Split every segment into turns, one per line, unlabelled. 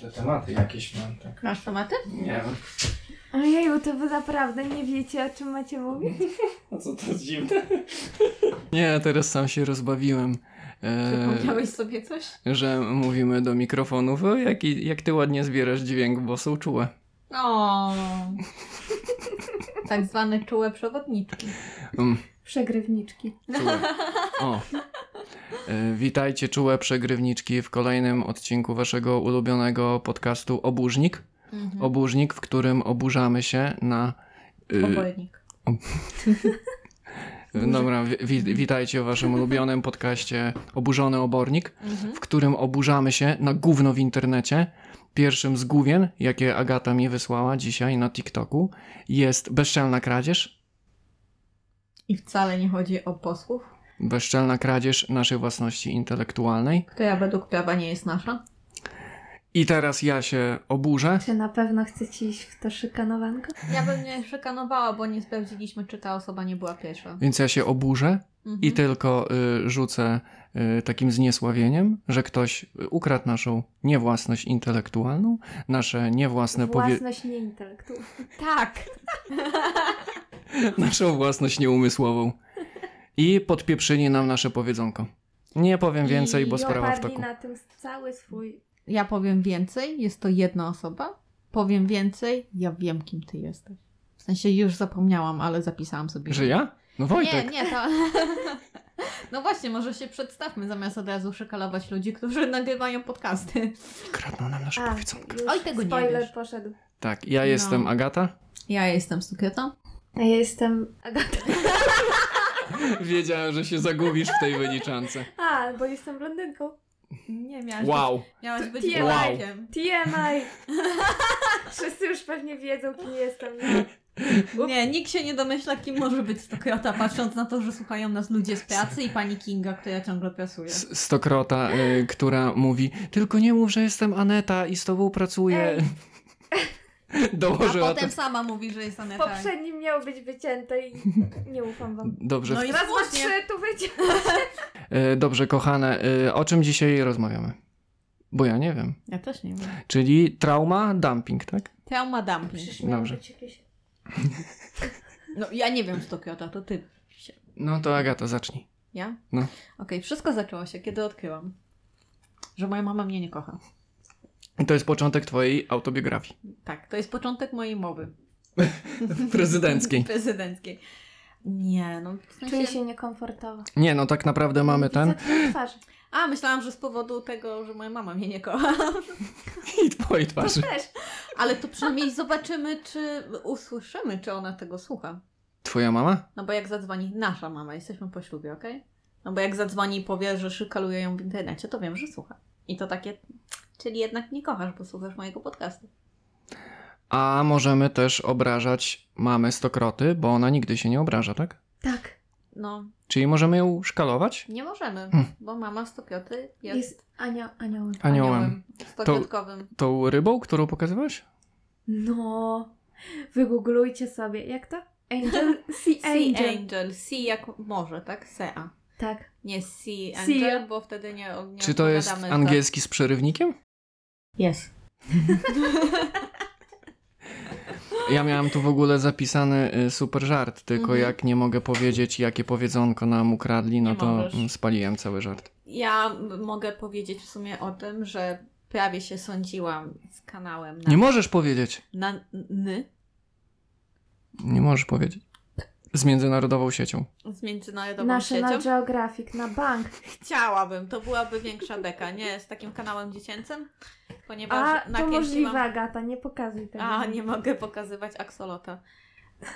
te tematy jakieś mam, tak.
Masz tematy?
Nie wiem.
Ojeju, to wy naprawdę nie wiecie, o czym macie mówić?
No co to jest dziwne?
Nie, teraz sam się rozbawiłem, e,
Przypomniałeś sobie coś?
że mówimy do mikrofonów. O, jak, jak ty ładnie zbierasz dźwięk, bo są czułe.
O. Tak zwane czułe przewodniczki.
Mm.
Przegrywniczki.
Czułe. O. E, Witajcie, czułe przegrywniczki, w kolejnym odcinku waszego ulubionego podcastu Oburznik.
Mhm.
Oburznik, w którym oburzamy się na. y,
Obojnik.
dobra, wi- wi- witajcie w waszym ulubionym podcaście Oburzony Obornik,
Mhm.
w którym oburzamy się na gówno w internecie. Pierwszym z główien, jakie Agata mi wysłała dzisiaj na TikToku, jest bezczelna kradzież.
I wcale nie chodzi o posłów.
Bezczelna kradzież naszej własności intelektualnej.
Która według prawa nie jest nasza.
I teraz ja się oburzę.
Czy na pewno chcecie iść w to szykanowanko?
Ja bym nie szykanowała, bo nie sprawdziliśmy, czy ta osoba nie była pierwsza.
Więc ja się oburzę
Mhm.
i tylko y, rzucę y, takim zniesławieniem, że ktoś ukradł naszą niewłasność intelektualną, nasze niewłasne No powie-
Własność nieintelektualna.
Tak.
naszą własność nieumysłową i podpieprzyli nam nasze powiedzonko. Nie powiem
I
więcej, bo
I
sprawa w
oparli
toku.
na tym cały swój...
Ja powiem więcej, jest to jedna osoba. Powiem więcej, ja wiem, kim ty jesteś. W sensie już zapomniałam, ale zapisałam sobie.
Że ja? No Wojtek.
Nie, nie, to... No właśnie, może się przedstawmy zamiast od razu szykalować ludzi, którzy nagrywają podcasty.
Kradną nam nasze powiedzonko.
już
Oj, tego nie
spoiler
wiesz.
poszedł.
Tak,
No.
ja jestem Agata.
Ja jestem Sukietą.
A ja jestem Agata.
Wiedziałem, że się zagubisz w tej wyliczance.
A, bo jestem blondynką.
Nie, miałaś
Wow.
być, miałaś być
TMI.
Blakiem.
TMI! Wszyscy już pewnie wiedzą, kim jestem. No.
tak. Nie, nikt się nie domyśla, kim może być Sukieta, patrząc na to, że słuchają nas ludzie z pracy i pani Kinga, która ciągle pracuje.
S- Stokrota, y, która mówi, tylko nie mów, że jestem Aneta i z tobą pracuję.
Ej.
A
Dołożyła
potem
te...
sama mówi, że jest tak. Aneta.
Poprzednim miało być wycięte i nie ufam wam.
Dobrze,
No i
Raz, dwa,
właśnie.
trzy, tu wyjdzie.
y, dobrze, kochane, y, o czym dzisiaj rozmawiamy? Bo ja nie wiem.
Ja też nie wiem.
Czyli trauma, dumping, tak?
Trauma dumping.
Przecież miało
Dobrze.
być jakieś...
No ja nie wiem z Tokiota, to ty. się-
No to Agata, zacznij.
Ja?
No.
Okej, wszystko zaczęło się, kiedy odkryłam, że moja mama mnie nie kocha.
I To jest początek twojej autobiografii.
Tak, to jest początek mojej mowy.
Prezydenckiej.
Prezydenckiej. Nie, no w sensie...
Czuję się niekomfortowo.
Nie, no tak naprawdę mamy ten
Widzę twoją twarz.
A, myślałam, że z powodu tego, że moja mama mnie nie kocha.
i twojej twarzy.
Też.
Ale to przynajmniej zobaczymy, czy usłyszymy, czy ona tego słucha.
Twoja mama?
No bo jak zadzwoni nasza mama, jesteśmy po ślubie, okej? No bo jak zadzwoni i powie, że szykaluje ją w internecie, to wiem, że słucha. I to takie, czyli jednak nie kochasz, bo słuchasz mojego podcastu.
A możemy też obrażać mamy stokroty, bo ona nigdy się nie obraża, tak?
Tak.
No,
Czyli możemy ją szkalować?
Nie możemy,
Hmm.
bo mama Stokioty jest,
Jest anioł, anioł.
Aniołem.
Stokiotkowym.
Tą rybą, którą pokazywałeś?
No. Wygooglujcie sobie. Jak to? Angel? Sea
Sea
Angel.
Angel. Sea jak morze, tak? Sea.
Tak.
Nie Sea
Sea.
Angel, bo wtedy nie, nie no tak.
Czy to jest
odpowiadamy
angielski z przerywnikiem?
za- Jest.
Ja miałam tu w ogóle zapisany y, super żart, tylko
Mhm.
jak nie mogę powiedzieć, jakie powiedzonko nam ukradli, no
Nie
to
możesz. Tak.
mm, spaliłem cały żart.
Ja m- mogę powiedzieć w sumie o tym, że prawie się sądziłam z kanałem na...
Nie możesz powiedzieć!
na n,
Nie możesz powiedzieć. Z międzynarodową siecią.
z międzynarodową
National
siecią.
Geographic na bank.
Chciałabym, to byłaby większa beka, nie? Z takim kanałem dziecięcym,
A
ponieważ
to
nakręciłam...
możliwe, Agata, nie pokazuj tego.
A, nie mogę pokazywać aksolota.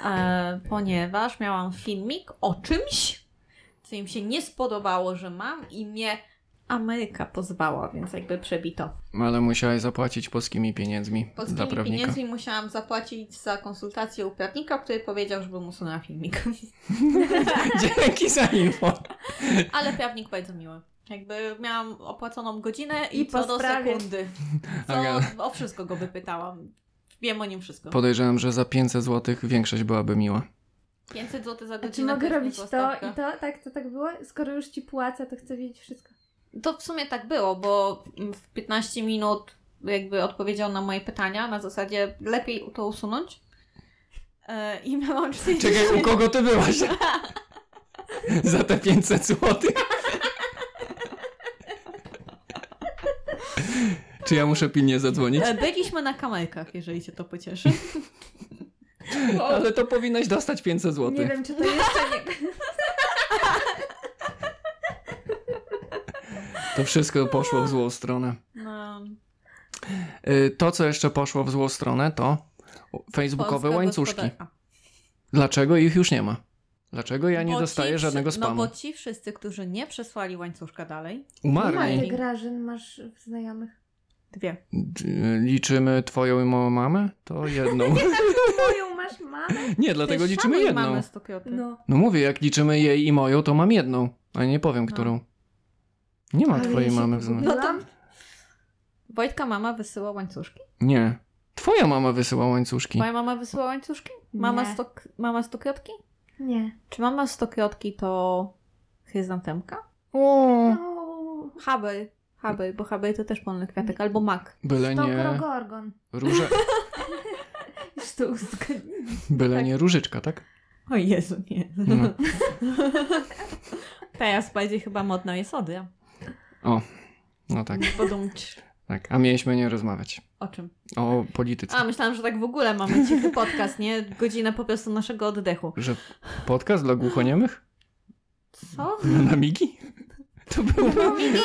E, ponieważ miałam filmik o czymś, co im się nie spodobało, że mam i mnie Ameryka pozwała, więc jakby przebito.
Ale musiałeś zapłacić polskimi pieniędzmi za
Polskimi
prawnika.
pieniędzmi musiałam zapłacić za konsultację u prawnika, który powiedział, żebym usunęła filmik.
Dzięki za info.
Ale prawnik bardzo miły. Jakby miałam opłaconą godzinę i,
I po
co do
sprawie.
sekundy.
Aga.
Co, o wszystko go wypytałam. Wiem o nim wszystko.
Podejrzewam, że za 500 zł większość byłaby miła.
500 zł za
A
godzinę.
czy mogę
to jest
robić
niezła
to
stawka.
i to? Tak, to tak było? Skoro już ci płacę, to chcę wiedzieć wszystko.
To w sumie tak było, bo w 15 minut jakby odpowiedział na moje pytania na zasadzie lepiej to usunąć. E, I miałam 40...
Czekaj, u kogo ty byłaś? Za te 500 zł. Czy ja muszę pilnie zadzwonić?
E, Byliśmy na kamelkach, jeżeli cię to pocieszy.
Ale to powinnaś dostać 500
Nie
zł.
wiem, czy to jeszcze nie...
To wszystko poszło w złą stronę.
No,
Y, To, co jeszcze poszło w złą stronę, to facebookowe
polska
łańcuszki.
gospodarka.
Dlaczego ich już nie ma? Dlaczego ja nie
Bo ci
dostaję
wszy-
żadnego spamu?
No bo ci wszyscy, którzy nie przesłali łańcuszka dalej,
Ile
Umarli.
Umarli.
ty Grażyn masz w znajomych?
dwie.
D- Liczymy twoją i moją mamę? To jedną.
Moją masz mamę?
Nie, dlatego
Ty
liczymy
szanuj
jedną.
Mamę stopioty.
No.
No mówię, jak liczymy jej i moją, to mam jedną, a nie powiem,
No.
którą. Nie ma
Ale
twojej
ja się
mamy w znajomych.
No to
Byłam?
Wojtka mama wysyła łańcuszki.
Nie. Twoja mama wysyła łańcuszki.
Twoja mama wysyła łańcuszki? Mama,
Nie.
sto, mama stokiotki?
Nie.
Czy mama stokiotki to chryzantemka?
O,
No.
Habel. Habel, bo habel to też polny kwiatek. Albo mak.
byle
To
nie,
Grogorgon.
róże,
Już to uzgadnij.
byle
Tak.
nie różyczka, tak?
O Jezu, nie.
No.
Teraz bardziej chyba modna jest odia.
No tak,
Podumcz.
tak. A mieliśmy nie rozmawiać
O czym?
o polityce.
A, myślałam, że tak w ogóle mamy cichy podcast, nie? Godzina po prostu naszego oddechu.
Że podcast dla głuchoniemych?
Co?
Na migi? To byłby...
Mam wrażenie,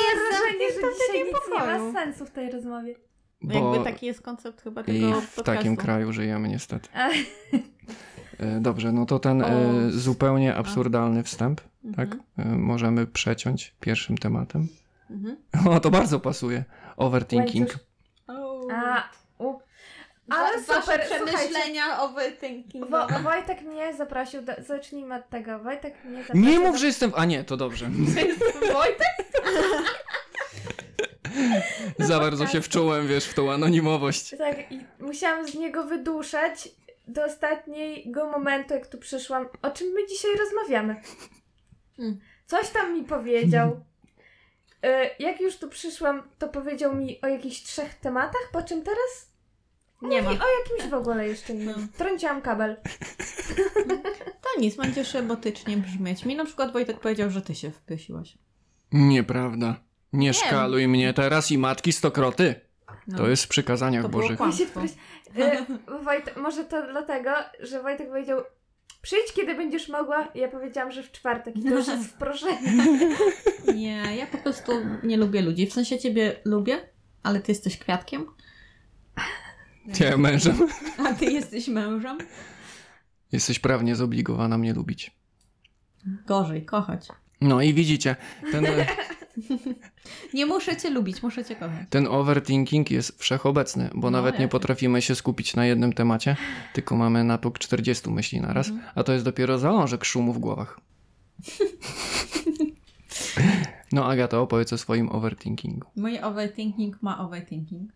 że
jestem w
dzisiaj
takim
nic nie ma
pokoju.
sensu w tej rozmowie.
Jakby tak taki jest koncept chyba
I
tego
w takim kraju żyjemy niestety.
Ach.
E, Dobrze, no to ten e,
O.
zupełnie absurdalny wstęp, tak?
Mhm.
E, Możemy przeciąć pierwszym tematem.
Mhm.
O, to bardzo pasuje. Overthinking.
Łańcusz-
Au.
A, u. Ale
Wa-
super,
wasze
słuchajcie.
przemyślenia overthinking.
Wo, Wojtek mnie zaprosił, do, zacznijmy od tego. Wojtek mnie zaprosił.
Nie mów,
do-
że jestem... A nie, to dobrze.
Wojtek?
Za bardzo się
podcastu.
wczułem, wiesz, w tą anonimowość.
Tak, i musiałam z niego wyduszać do ostatniego momentu, jak tu przyszłam. O czym my dzisiaj rozmawiamy?
Mm.
Coś tam mi powiedział. Y, Jak już tu przyszłam, to powiedział mi o jakichś trzech tematach, po czym teraz?
Nie ma. No.
Mówi o jakimś w ogóle jeszcze innym. Trąciłam kabel.
To nic, będziesz emotycznie brzmieć. Mi na przykład Wojtek powiedział, że ty się wpiesiłaś.
Nieprawda. Nie szkaluj mnie teraz i matki stokroty.
No.
To jest w przykazaniach
To było
bożych.
kłam-
Mi się
Kłamstwo.
wproś... y, Wojt... Może to dlatego, że Wojtek powiedział przyjdź, kiedy będziesz mogła. Ja powiedziałam, że w czwartek i to już jest wproszenie.
Nie, ja po prostu nie lubię ludzi. W sensie ciebie lubię, ale ty jesteś kwiatkiem.
Cię mężem.
A ty jesteś mężem?
Jesteś prawnie zobligowana mnie lubić.
Gorzej, kochać.
No i widzicie, ten,
Nie muszę cię lubić, muszę cię kochać.
ten overthinking jest wszechobecny, bo
No,
nawet nie
jasne.
potrafimy się skupić na jednym temacie, tylko mamy natłok 40 myśli naraz,
Mhm.
a to jest dopiero zalążek szumu w głowach. No Agata, opowiedz o swoim overthinkingu.
Mój overthinking ma overthinking.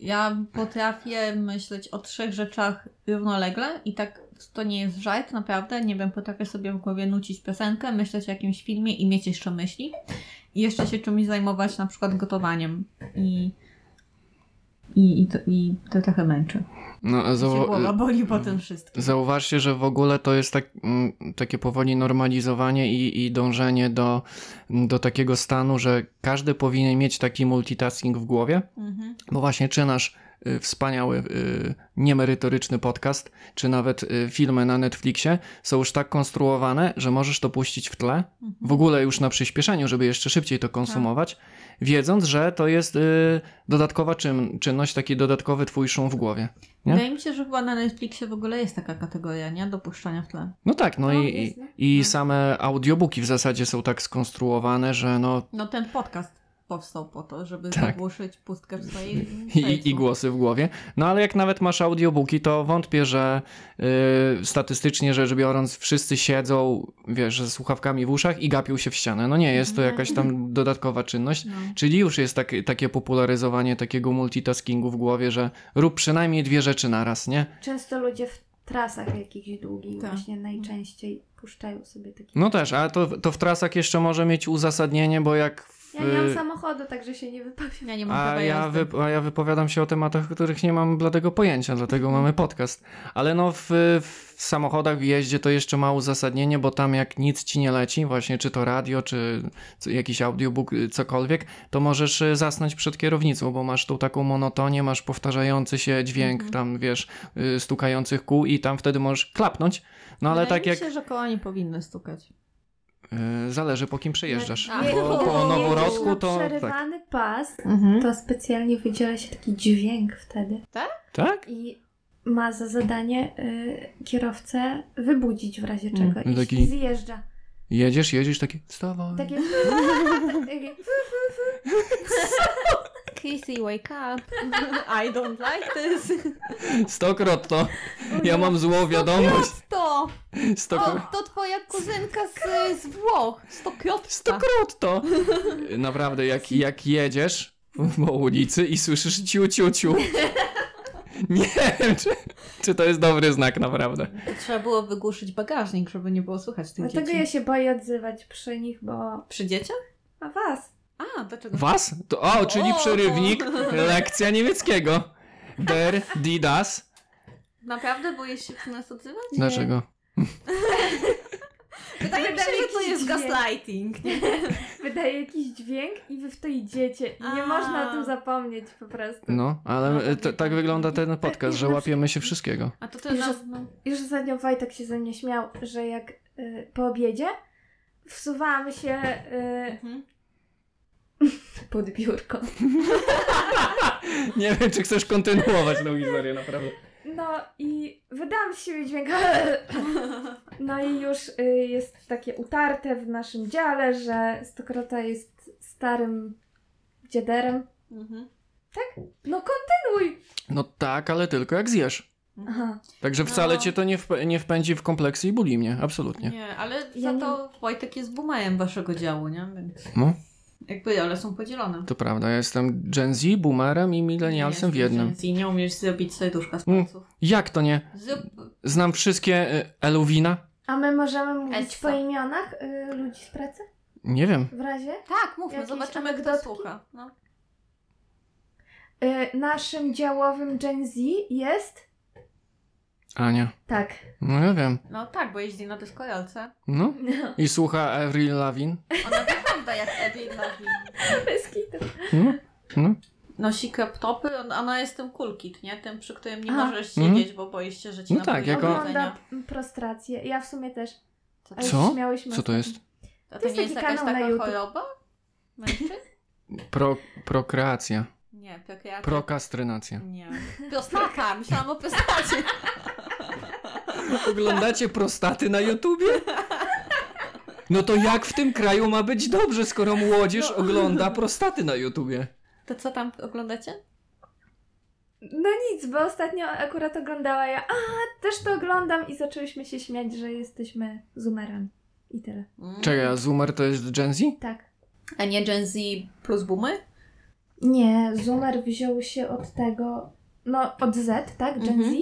Ja potrafię myśleć o trzech rzeczach równolegle i tak to nie jest żart, naprawdę. Nie wiem, potrafię sobie w głowie nucić piosenkę, myśleć o jakimś filmie i mieć jeszcze myśli. I jeszcze się czymś zajmować, na przykład gotowaniem. I, i, i, to, i to trochę męczy.
No, a
Się
zawo-
głowa boli po tym wszystkim.
Zauważcie, że w ogóle to jest tak, mm, takie powoli normalizowanie i, i dążenie do, do takiego stanu, że każdy powinien mieć taki multitasking w głowie,
Mhm.
bo właśnie czy nasz y, wspaniały, y, niemerytoryczny podcast, czy nawet y, filmy na Netflixie są już tak konstruowane, że możesz to puścić w tle, w
Mhm.
ogóle już na przyspieszeniu, żeby jeszcze szybciej to konsumować, wiedząc, że to jest y, dodatkowa czyn, czynność, taki dodatkowy twój szum w głowie. nie?
Wydaje mi się, że chyba na Netflixie w ogóle jest taka kategoria, nie? Dopuszczania w tle.
No tak, no
No,
i,
jest,
i-
no.
i
No.
same audiobooki w zasadzie są tak skonstruowane, że no
No ten podcast powstał po to, żeby
Tak.
zagłuszyć pustkę w swojej
i, i
sercu.
głosy w głowie. No ale jak nawet masz audiobooki, to wątpię, że y, statystycznie rzecz biorąc wszyscy siedzą, wiesz, ze słuchawkami w uszach i gapią się w ścianę. No nie, jest to
Mhm.
Nie.
jakaś tam dodatkowa czynność.
No.
Czyli już jest tak, takie popularyzowanie takiego multitaskingu w głowie, że rób przynajmniej dwie rzeczy naraz, nie?
Często ludzie w trasach jakichś długich
Tak.
właśnie najczęściej puszczają sobie takie...
No też, a to, to w trasach jeszcze może mieć uzasadnienie, bo jak w
Ja nie mam
y,
samochodu, także się nie wypowiem.
Ja nie mam
A
prawa
ja,
jazdy.
wy, a ja wypowiadam się o tematach, których nie mam bladego pojęcia, dlatego
Mhm.
mamy podcast. Ale no w, w samochodach, w jeździe to jeszcze ma uzasadnienie, bo tam jak nic ci nie leci, właśnie czy to radio, czy c- jakiś audiobook, y, cokolwiek, to możesz y, zasnąć przed kierownicą, bo masz tą taką monotonię, masz powtarzający się dźwięk
Mhm.
tam, wiesz, y, stukających kół i tam wtedy możesz klapnąć, no ale
Wydaje
tak
mi
jak
się, że koła nie powinny stukać.
y, zależy po kim przejeżdżasz.
A,
Je-
Bo
jak
po
jedziesz
noworodku
na
to... Tak.
przerywany pas,
Mhm.
to specjalnie wydziela się taki dźwięk wtedy.
tak?
I ma za zadanie y, kierowcę wybudzić w razie
Mm.
czego. I
Taki-
zjeżdża. Tak
Jedziesz, jedziesz, takie... Wstawaj.
Tak,
Takie... takie-
Casey, Tak, wake up. I don't like this.
Stokrotno. Ja mam złą wiadomość.
To, to,
Stokro...
to twoja kuzynka z, z Włoch. Stokrotka.
Stokrotno. Naprawdę, jak, jak jedziesz po ulicy i słyszysz ciu, ciu, ciu. Nie wiem, czy, czy to jest dobry znak, naprawdę.
Trzeba było wygłuszyć bagażnik, żeby nie było słychać tych
Dlatego
dzieci.
ja się boję odzywać przy nich, bo...
Przy dzieciach?
A was!
A, dlaczego?
Was? To, o, czyli
O!
przerywnik. Lekcja niemieckiego. Der, die, das.
Naprawdę boisz się przy nas odzywać?
Dlaczego?
Wydaje mi się, że to
jakiś
jest
dźwięk.
gaslighting. Nie?
Wydaje jakiś dźwięk i wy w to idziecie. I nie
A.
można o tym zapomnieć po prostu.
No,
No,
ale
tak.
t- tak wygląda ten podcast, że łapiemy się wszystkiego.
A to ty no. nas...
Już ostatnio Wojtek się ze mnie śmiał, że jak y, po obiedzie wsuwałam się
Mhm.
y, pod biurko.
Nie wiem, czy chcesz kontynuować tą historię, naprawdę.
No i wydałam z siebie dźwięk.
Mhm.
No i już y, jest takie utarte w naszym dziale, że Stokrota jest starym dziaderem.
Mhm.
No kontynuuj!
No tak, ale tylko jak zjesz.
Aha.
Także
No.
wcale cię to nie, wp- nie wpędzi w kompleksy i boli mnie, absolutnie.
Nie, ale
Ja
za
nie-
to Wojtek jest boomerem waszego działu, nie? Więc
No.
jakby, ale są podzielone.
To prawda, ja jestem Gen Z, boomerem i milenialsem w jednym.
I nie umiesz zrobić serduszka z
Mm.
palców.
Jak to nie?
Zup.
Znam wszystkie y, Eluwina?
A my możemy mówić
Essa.
po imionach y, ludzi z pracy?
Nie wiem.
W razie?
Tak, mówmy,
Jakieś
zobaczymy kto
anegdotki?
słucha. No.
Y, naszym działowym Gen Z jest...
Ania.
Tak.
No ja wiem.
no tak, bo jeździ na dyskorolce.
No.
No.
I słucha Avril Lawin.
Ona wygląda jak Eddie Lawin.
Bez kitu.
No.
nosi kraptopy, on- ona jest tym kulkit, nie? Tym, przy którym nie
A.
możesz
Mhm.
siedzieć, bo boisz się, że ci
No tak,
napoje
jak on-
jedzenia.
Ogląda prostrację. Ja w sumie też. Ale
Co?
się śmiałyśmy
Co to
ostatnio.
jest?
A
To
to
jest
nie jest
taki
jakaś
kanał na
taka
YouTube.
choroba? Mężczyzn?
Pro, prokreacja.
Nie, prokreacja.
Prokastrynacja.
Nie. Prostata, myślałam o prostacie.
Oglądacie prostaty na YouTubie? No to jak w tym kraju ma być dobrze, skoro młodzież
No.
ogląda prostaty na YouTubie?
To co tam oglądacie?
No nic, bo ostatnio akurat oglądała ja, a też to oglądam i zaczęłyśmy się śmiać, że jesteśmy zoomerami. I tyle.
Mm.
Czekaj, a Zoomer to jest Gen Z?
Tak.
A nie Gen Z plus boomy?
Nie, zoomer wziął się od tego, no od Z, tak, Gen
Mhm.
Z,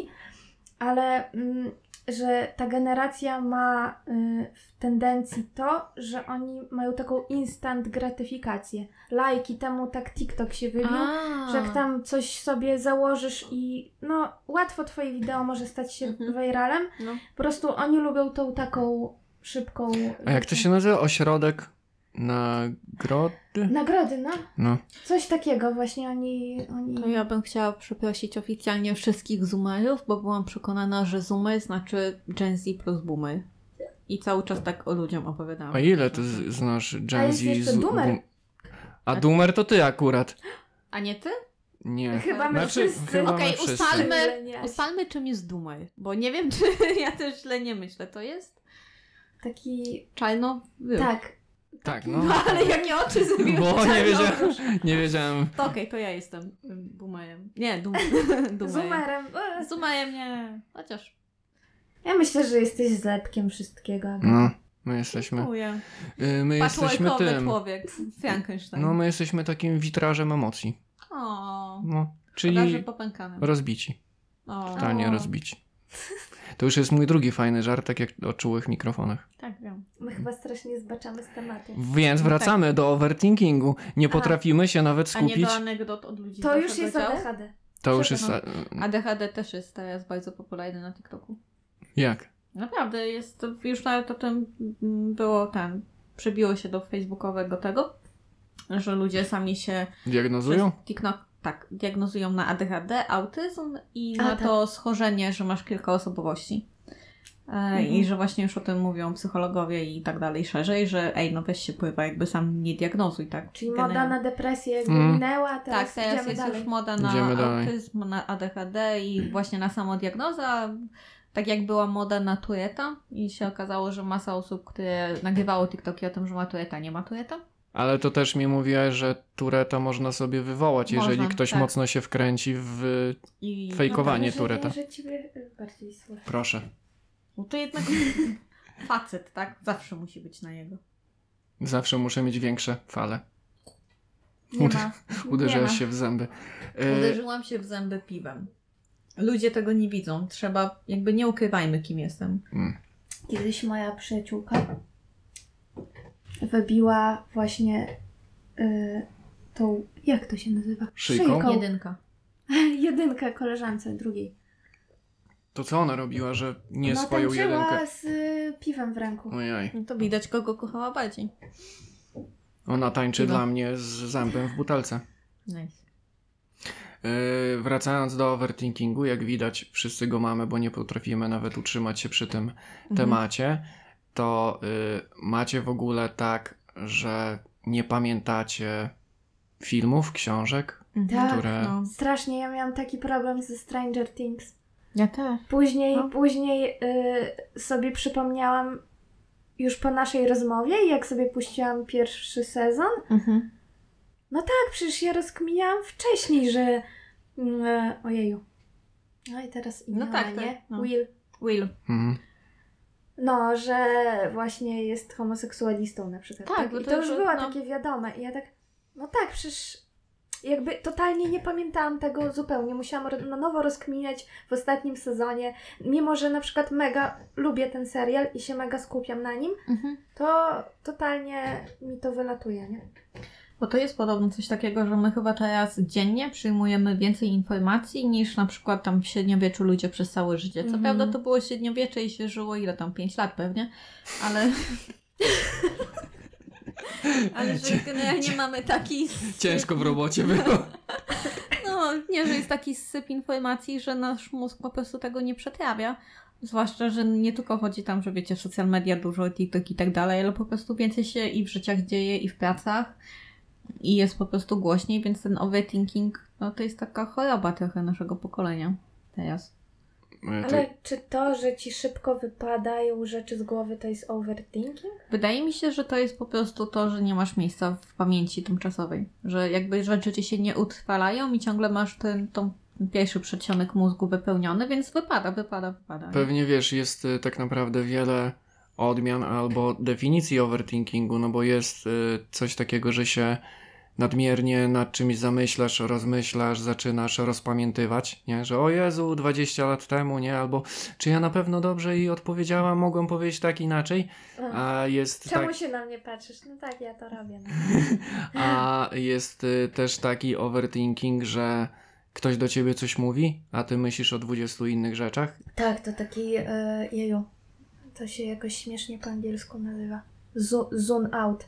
ale mm, że ta generacja ma y, w tendencji to, że oni mają taką instant gratyfikację. Lajki temu tak TikTok się wybił. Że jak tam coś sobie założysz i no łatwo twoje wideo może stać się
Mhm.
viralem.
No.
Po prostu oni lubią tą taką szybką...
A jak to się nazywa? Ośrodek nagrody?
Nagrody, no.
No.
Coś takiego właśnie oni... oni...
To ja bym chciała przeprosić oficjalnie wszystkich Zoomerów, bo byłam przekonana, że Zoomer znaczy Gen Z plus Boomer. I cały czas tak o ludziom opowiadałam.
A ile ty z- znasz
A
Gen
jest
Z?
jeszcze
z-
Doomer.
A Doomer to ty akurat.
A nie ty?
Nie.
Chyba my
Znaczy,
wszyscy.
chyba-
Okej,
wszyscy.
ustalmy,
Nie, nie.
ustalmy, czym jest Dumaj, bo nie wiem, czy ja też źle nie myślę. To jest
Taki...
czarno
Tak.
Tak,
No,
no.
ale jakie oczy zrobiły
Bo nie
tak,
czarnowróż.
wiedziałem.
no,
Nie wiedziałem.
To Okej, to ja jestem Dumajem. Nie, Dum Dumajem.
Zoomerem. Eee.
Dumajem nie, chociaż
Ja myślę, że jesteś zlepkiem wszystkiego. Aga.
No, my jesteśmy.
dziękuję.
y, My jesteśmy
Patchworkowy
tym.
człowiek, Frankenstein.
No, my jesteśmy takim witrażem emocji.
O,
No.
czyli...
Czyli Tak.
popękany.
rozbici.
O.
Totalnie
O.
rozbici. To już jest mój drugi fajny żart, tak jak o czułych mikrofonach.
Tak, wiem.
My chyba strasznie zbaczamy z tematu.
Więc wracamy do overthinkingu. Nie
A.
potrafimy się nawet
No tak. A nie
skupić.
do anegdot od ludzi. z
To już
naszego
jest
działu?
ADHD.
To już jest... a-
ADHD też jest teraz bardzo popularny na TikToku.
Jak?
Naprawdę, jest to- już nawet o tym mm, było ten, przebiło się do facebookowego tego, że ludzie sami się
Diagnozują?
przez TikTok tak, diagnozują na ADHD, autyzm i
A,
na
tak.
to schorzenie, że masz kilka osobowości. E,
Mhm.
I że właśnie już o tym mówią psychologowie i tak dalej szerzej, że ej, no weź się pływa, jakby sam nie diagnozuj, tak?
Czyli moda
generalnie.
na depresję jakby
Mm. No,
minęła,
Tak,
teraz
teraz
idziemy
jest
dalej.
już moda
Idziemy
na
dalej.
autyzm, na ADHD i właśnie na samodiagnozę. a Tak jak była moda na Tueta i się okazało, że masa osób, które nagrywało TikToki o tym, że ma Tueta, nie ma Tueta.
Ale to też mi mówiłaś, że Tureta można sobie wywołać, jeżeli
Można,
ktoś
tak.
mocno się wkręci w...
I
Fake- fejkowanie
Mam wrażenie,
Tureta.
że ciebie bardziej słyszę.
Proszę.
no to jednak facet, tak? Zawsze musi być na jego.
Zawsze muszę mieć większe fale.
Nie ma. nie ma.
Uderzyłaś się w zęby. No E,
Uderzyłam się w zęby piwem. Ludzie tego nie widzą. Trzeba, jakby nie ukrywajmy, kim jestem.
Kiedyś moja przyjaciółka wybiła właśnie y, tą, jak to się nazywa?
Szyjką?
Jedynka.
Jedynkę koleżance drugiej.
To co ona robiła, że nie
no
swoją
tańczyła
jedynkę?
z y, piwem w ręku.
Ojej.
No to widać, kogo kochała bardziej.
Ona tańczy
Chyba.
dla mnie z zębem w butelce.
Nice.
Yy, wracając do overthinkingu, jak widać, wszyscy go mamy, bo nie potrafimy nawet utrzymać się przy tym temacie. To yy, macie w ogóle tak, że nie pamiętacie filmów, książek?
Tak,
Które-
No.
Strasznie ja miałam taki problem ze Stranger Things.
Ja też.
Później,
No.
później y, sobie przypomniałam już po naszej rozmowie, jak sobie puściłam pierwszy sezon.
Mhm.
Tak, przecież ja rozkminiałam wcześniej, że. Mm, ojeju. No i teraz
No
imiona,
tak, tak,
nie?
no.
Will.
Will.
Mhm.
No, że właśnie jest homoseksualistą na przykład.
Tak, bo
I
to
to już
już-
było
no.
takie wiadome. I ja tak, no tak, przecież jakby totalnie nie pamiętałam tego zupełnie. Musiałam ro- na nowo rozkminiać w ostatnim sezonie. Mimo, że na przykład mega lubię ten serial i się mega skupiam na nim,
Mhm.
to totalnie mi to wylatuje, nie?
Bo to jest podobno coś takiego, że my chyba teraz dziennie przyjmujemy więcej informacji niż na przykład tam w średniowieczu ludzie przez całe życie. Co
Mhm.
prawda to było średniowiecze i się żyło ile tam, 5 lat pewnie, ale... ale że
Cie-
generalnie
cie-
mamy taki...
Ciężko w
syp-
robocie było.
No, nie, że jest taki syp informacji, że nasz mózg po prostu tego nie przetrawia. Zwłaszcza, że nie tylko chodzi tam, że wiecie, social media dużo, TikTok i tak dalej, ale po prostu więcej się i w życiach dzieje, i w pracach. I jest po prostu głośniej, więc ten overthinking, no to jest taka choroba trochę naszego pokolenia teraz.
Yy, to-
Ale czy to, że ci szybko wypadają rzeczy z głowy, to jest overthinking?
Wydaje mi się, że to jest po prostu to, że nie masz miejsca w pamięci tymczasowej. Że jakby rzeczy ci się nie utrwalają i ciągle masz ten, tą pierwszy przedsionek mózgu wypełniony, więc wypada, wypada, wypada. nie?
Pewnie wiesz, jest y, tak naprawdę wiele odmian albo definicji overthinkingu, no bo jest y, coś takiego, że się nadmiernie nad czymś zamyślasz, rozmyślasz, zaczynasz rozpamiętywać, nie? Że o Jezu, 20 lat temu, nie? Albo czy ja na pewno dobrze jej odpowiedziałam, mogłam powiedzieć tak inaczej, a jest
Czemu
tak...
się na mnie patrzysz? No tak, ja to robię. No.
A jest y, też taki overthinking, że ktoś do ciebie coś mówi, a ty myślisz o 20 innych rzeczach.
Tak, to taki e, jeju. To się jakoś śmiesznie po angielsku nazywa. Zo- Zone out.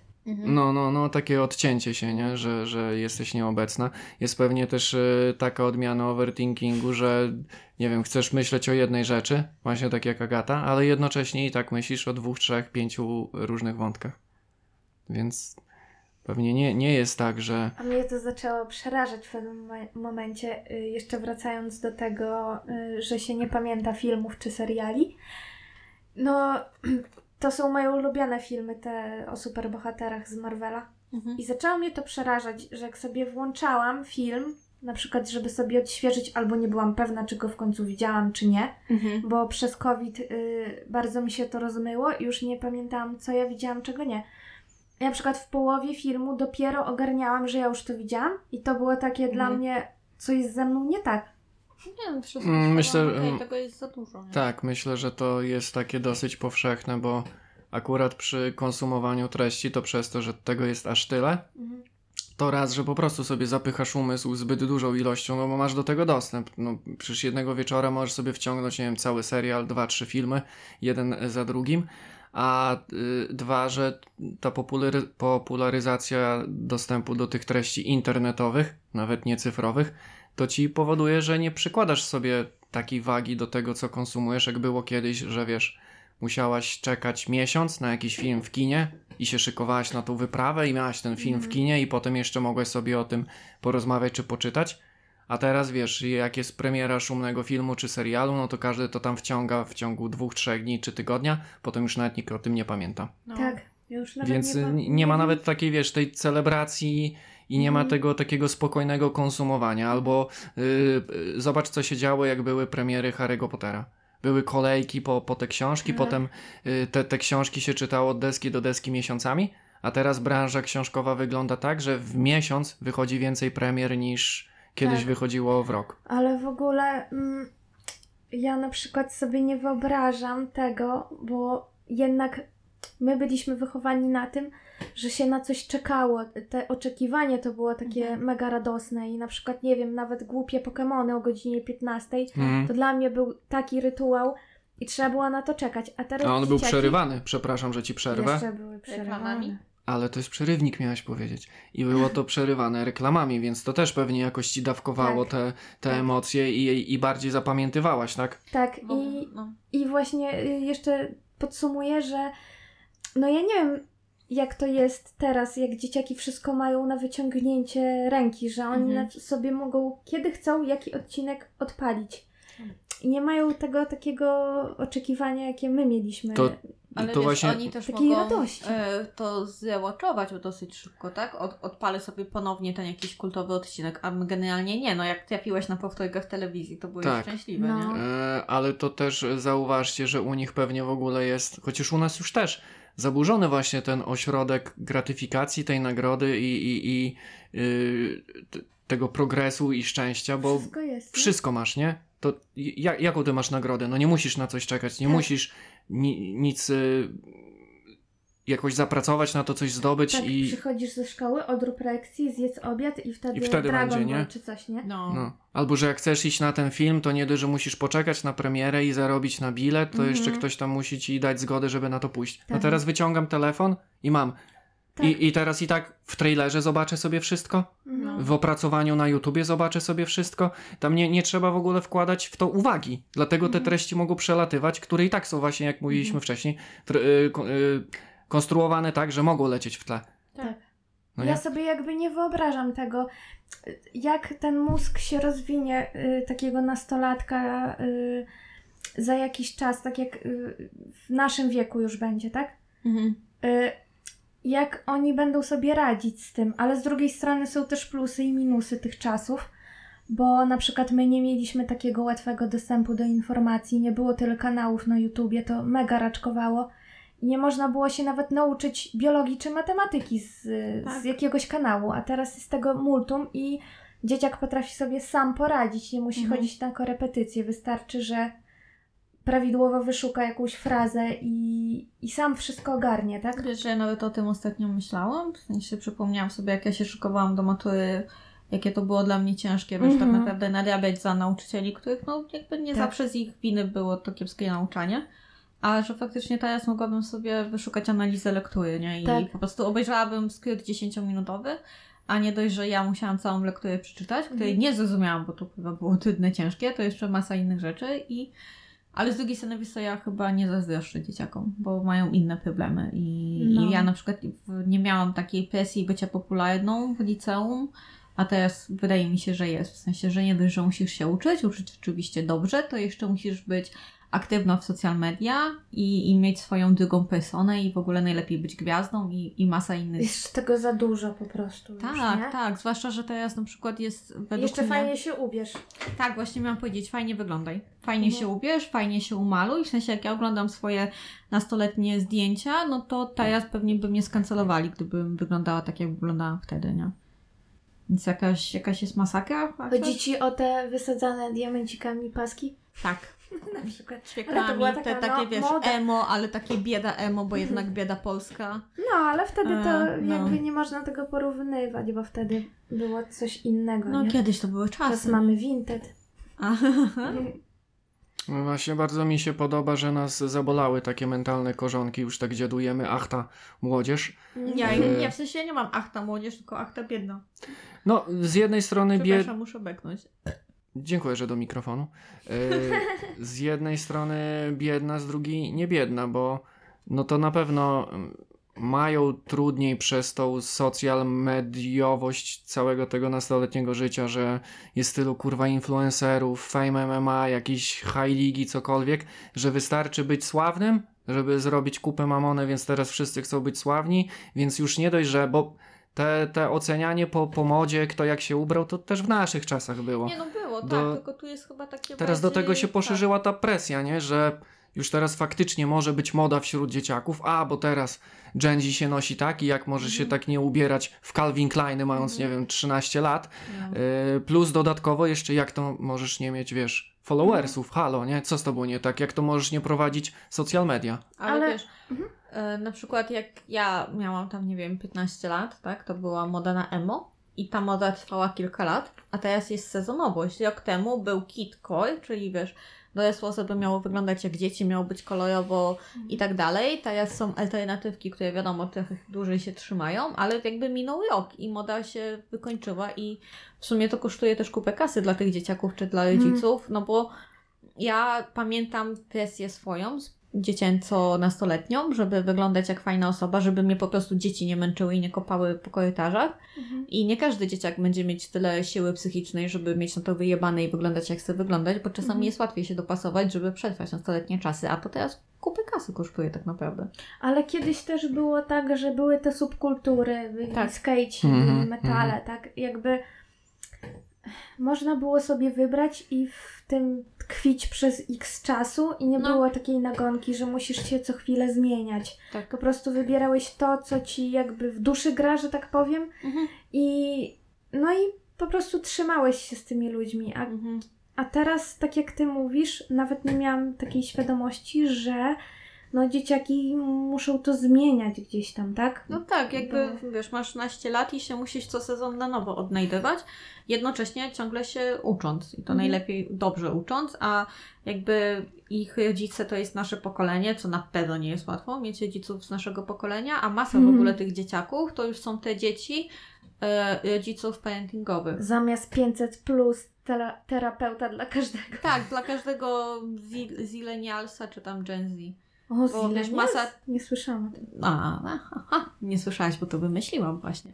No, no, no, takie odcięcie się, nie? Że, że jesteś nieobecna. Jest pewnie też y, taka odmiana overthinkingu, że nie wiem, chcesz myśleć o jednej rzeczy, właśnie tak jak Agata, ale jednocześnie i tak myślisz o dwóch, trzech, pięciu różnych wątkach. Więc pewnie nie, nie jest tak, że
A mnie to zaczęło przerażać w pewnym mo- momencie, y, jeszcze wracając do tego, y, że się nie pamięta filmów czy seriali. No, to są moje ulubione filmy, te o superbohaterach z Marvela.
Mhm.
I zaczęło mnie to przerażać, że jak sobie włączałam film, na przykład, żeby sobie odświeżyć, albo nie byłam pewna, czy go w końcu widziałam, czy nie, bo przez COVID y, bardzo mi się to rozmyło i już nie pamiętałam, co ja widziałam, czego nie. Ja na przykład w połowie filmu dopiero ogarniałam, że ja już to widziałam i to było takie dla
Mhm.
mnie, co jest ze mną nie tak.
Nie wiem, wszystko
Mm,
jest
myślę,
chyba okej,
mm,
tego jest za dużo. Nie?
Tak, myślę, że to jest takie dosyć powszechne, bo akurat przy konsumowaniu treści to przez to, że tego jest aż tyle,
Mhm.
to raz, że po prostu sobie zapychasz umysł zbyt dużą ilością, no bo masz do tego dostęp. No, przecież jednego wieczora możesz sobie wciągnąć, nie wiem, cały serial, dwa, trzy filmy, jeden za drugim. A y, dwa, że ta populary- popularyzacja dostępu do tych treści internetowych, nawet nie cyfrowych, to ci powoduje, że nie przykładasz sobie takiej wagi do tego, co konsumujesz, jak było kiedyś, że wiesz, musiałaś czekać miesiąc na jakiś film w kinie i się szykowałaś na tą wyprawę i miałaś ten film w
Mhm.
kinie i potem jeszcze mogłaś sobie o tym porozmawiać czy poczytać. A teraz wiesz, jak jest premiera szumnego filmu czy serialu, no to każdy to tam wciąga w ciągu dwóch, trzech dni czy tygodnia, potem już nawet nikt o tym nie pamięta.
No.
Tak, już nawet
Więc
nie,
nie,
pa-
nie ma nawet takiej, wiesz, tej celebracji i nie ma
Mhm.
tego takiego spokojnego konsumowania. Albo y, y, zobacz, co się działo, jak były premiery Harry'ego Pottera. Były kolejki po, po te książki,
Tak.
potem y, te, te książki się czytało od deski do deski miesiącami, a teraz branża książkowa wygląda tak, że w miesiąc wychodzi więcej premier niż kiedyś
Tak.
wychodziło w rok.
Ale w ogóle mm, ja na przykład sobie nie wyobrażam tego, bo jednak my byliśmy wychowani na tym, że się na coś czekało. Te oczekiwanie to było takie
Mhm.
mega radosne i na przykład, nie wiem, nawet głupie Pokemony o godzinie 15,
Mhm.
to dla mnie był taki rytuał i trzeba było na to czekać. A teraz
A on był
dzieciaki
przerywany, przepraszam, że ci przerwę.
Jeszcze były
Reklamami?
przerywane.
Ale to jest przerywnik, miałaś powiedzieć. I było to przerywane reklamami, więc to też pewnie jakoś ci dawkowało
Tak.
te, te
Tak.
emocje i, i bardziej zapamiętywałaś, tak?
Tak,
Bo,
i
no.
I właśnie y, jeszcze podsumuję, że no ja nie wiem, jak to jest teraz, jak dzieciaki wszystko mają na wyciągnięcie ręki, że oni
Mhm.
na- sobie mogą, kiedy chcą, jaki odcinek odpalić. I nie mają tego takiego oczekiwania, jakie my mieliśmy.
To-
Ale
I
to
to
wiesz,
właśnie.
oni też
Takiej
mogą
radości.
e, to załaczować dosyć szybko, tak? Od, odpalę sobie ponownie ten jakiś kultowy odcinek, a my generalnie nie. No jak trafiłeś na powtórkę w telewizji, to byłeś
Tak.
szczęśliwy,
No.
nie?
E, ale to też zauważcie, że u nich pewnie w ogóle jest, chociaż u nas już też, zaburzony właśnie ten ośrodek gratyfikacji tej nagrody i, i, i y, t- tego progresu i szczęścia, bo
wszystko jest. nie?
wszystko masz, nie? To j- jak, jaką ty masz nagrodę? No nie musisz na coś czekać, nie
Tak.
musisz ni, nic y, jakoś zapracować na to, coś zdobyć
Tak,
i,
przychodzisz ze szkoły, odrób lekcji, zjedz obiad i wtedy,
I wtedy
Dragon
będzie,
Ball
nie?
czy coś, nie?
No.
no. Albo, że jak chcesz iść na ten film, to nie dość, że musisz poczekać na premierę i zarobić na bilet, to
Mhm.
jeszcze ktoś tam musi ci dać zgodę, żeby na to pójść. No
Tak.
teraz wyciągam telefon i mam.
Tak.
I, I teraz i tak w trailerze zobaczę sobie wszystko,
Mhm.
w opracowaniu na YouTubie zobaczę sobie wszystko. Tam nie, nie trzeba w ogóle wkładać w to uwagi, dlatego te
Mhm.
treści mogą przelatywać, które i tak są właśnie, jak mówiliśmy
Mhm.
wcześniej, tr- y, ko- y, konstruowane tak, że mogą lecieć w tle.
Tak.
No
ja
nie?
sobie jakby nie wyobrażam tego, jak ten mózg się rozwinie y, takiego nastolatka y, za jakiś czas, tak jak y, w naszym wieku już będzie, tak?
Mhm.
Y, jak oni będą sobie radzić z tym, ale z drugiej strony są też plusy i minusy tych czasów, bo na przykład my nie mieliśmy takiego łatwego dostępu do informacji, nie było tyle kanałów na YouTubie, to mega raczkowało. Nie można było się nawet nauczyć biologii czy matematyki z,
Tak.
z jakiegoś kanału, a teraz jest tego multum i dzieciak potrafi sobie sam poradzić, nie musi
Mhm.
chodzić na korepetycje, wystarczy, że prawidłowo wyszuka jakąś frazę i, i sam wszystko ogarnie, tak?
Wiesz, że ja nawet o tym ostatnio myślałam, w sensie przypomniałam sobie, jak ja się szykowałam do matury, jakie to było dla mnie ciężkie, wiesz, tak
Mhm.
naprawdę narabiać za nauczycieli, których no jakby nie
Tak.
zawsze z ich winy było to kiepskie nauczanie, a że faktycznie teraz mogłabym sobie wyszukać analizę lektury, nie? I
Tak.
po prostu obejrzałabym skrót 10-minutowy, a nie dość, że ja musiałam całą lekturę przeczytać, której
Mhm.
nie zrozumiałam, bo to chyba było trudne, ciężkie, to jeszcze masa innych rzeczy i ale z drugiej strony, wiesz co, ja chyba nie zazdroszczę dzieciakom, bo mają inne problemy i,
No.
i ja na przykład w- nie miałam takiej presji bycia popularną w liceum, a teraz wydaje mi się, że jest, w sensie, że nie dość, że musisz się uczyć, uczyć oczywiście dobrze, to jeszcze musisz być aktywna w social media i, i mieć swoją drugą personę i w ogóle najlepiej być gwiazdą i, i masa innych
Jest tego za dużo po prostu. już, nie?
tak, tak, zwłaszcza, że teraz na przykład jest według
Jeszcze
mnie...
fajnie się ubierz.
Tak, właśnie miałam powiedzieć, fajnie wyglądaj. Fajnie
Mhm.
się ubierz, fajnie się umaluj. W sensie, jak ja oglądam swoje nastoletnie zdjęcia, no to teraz pewnie by mnie skancelowali, gdybym wyglądała tak, jak wyglądałam wtedy, nie? Więc jakaś, jakaś jest masakra? Akcja?
Chodzi ci o te wysadzane diamencikami paski?
Tak.
Na przykład. Ale to
Świekami,
była
te
taka,
takie
no,
wiesz,
moda.
emo, ale takie bieda emo, bo jednak bieda polska.
No, ale wtedy to
E, no.
jakby nie można tego porównywać, bo wtedy było coś innego.
No
nie?
kiedyś to były czasy.
Teraz mamy Vinted. Mm.
Aha.
No Właśnie bardzo mi się podoba, że nas zabolały takie mentalne korzonki, już tak dziadujemy, ach ta młodzież.
Ja,
Mhm.
ja w sensie nie mam achta młodzież, tylko achta biedna.
No, z jednej strony bied...
Przepraszam, muszę beknąć.
Dziękuję, że do mikrofonu. Y, Z jednej strony biedna, z drugiej niebiedna, bo no to na pewno mm, mają trudniej przez tą socjal mediowość całego tego nastoletniego życia, że jest tylu kurwa influencerów, fame MMA, jakiejś high ligi, cokolwiek, że wystarczy być sławnym, żeby zrobić kupę mamony, więc teraz wszyscy chcą być sławni, więc już nie dość, że bo te, te ocenianie po, po modzie, kto jak się ubrał, to też w naszych czasach było.
Nie no było,
Do-
tak, tylko tu jest chyba takie
Teraz do
bardziej- tak,
tego się poszerzyła ta presja, nie? Że już teraz faktycznie może być moda wśród dzieciaków, a bo teraz Gen Z się nosi tak i jak może się
Mhm.
tak nie ubierać w Calvin Kleiny mając,
Mhm.
nie wiem, 13 lat.
Tak, no.
Yy, plus dodatkowo jeszcze jak to możesz nie mieć, wiesz,
Mhm.
followersów, halo, nie? Co z tobą nie tak? Jak to możesz nie prowadzić social media?
Ale,
Ale-
wiesz, e, na przykład jak ja miałam tam, nie wiem, 15 lat, tak, to była moda na emo i ta moda trwała kilka lat, a teraz jest sezonowość. Rok temu był kid koi, czyli wiesz, dorosłe osoby miało wyglądać jak dzieci, miało być kolorowo i tak dalej. Teraz są alternatywki, które wiadomo, trochę dłużej się trzymają, ale jakby minął rok i moda się wykończyła i w sumie to kosztuje też kupę kasy dla tych dzieciaków czy dla
Mm.
rodziców, no bo ja pamiętam presję swoją z- dziecięco-nastoletnią, żeby wyglądać jak fajna osoba, żeby mnie po prostu dzieci nie męczyły i nie kopały po korytarzach.
Mhm.
I nie każdy dzieciak będzie mieć tyle siły psychicznej, żeby mieć na to wyjebane i wyglądać jak chce wyglądać, bo czasami
Mhm.
jest łatwiej się dopasować, żeby przetrwać nastoletnie czasy, a to teraz kupy kasy kosztuje tak naprawdę.
Ale kiedyś też było tak, że były te subkultury, byli
Tak.
skejci,
Mhm,
byli metale,
mhm.
tak jakby można było sobie wybrać i w tym tkwić przez x czasu i nie
No.
było takiej nagonki, że musisz się co chwilę zmieniać.
Tak.
Po prostu wybierałeś to, co ci jakby w duszy gra, że tak powiem
Mhm.
i no i po prostu trzymałeś się z tymi ludźmi, a
Mhm.
a teraz, tak jak ty mówisz, nawet nie miałam takiej świadomości, że no dzieciaki muszą to zmieniać gdzieś tam, tak?
No tak, jakby wiesz, masz naście lat i się musisz co sezon na nowo odnajdywać, jednocześnie ciągle się ucząc i to
Mhm.
najlepiej dobrze ucząc, a jakby ich rodzice to jest nasze pokolenie, co na pewno nie jest łatwo mieć rodziców z naszego pokolenia, a masa w
Mhm.
ogóle tych dzieciaków to już są te dzieci e, rodziców parentingowych.
Zamiast 500 plus tera- terapeuta dla każdego.
Tak, dla każdego zi- zilenialsa czy tam Gen Z.
O,
Bo wiesz,
zilenials?
masa-
Nie słyszałam o tym.
A, aha, nie słyszałaś, bo to wymyśliłam właśnie.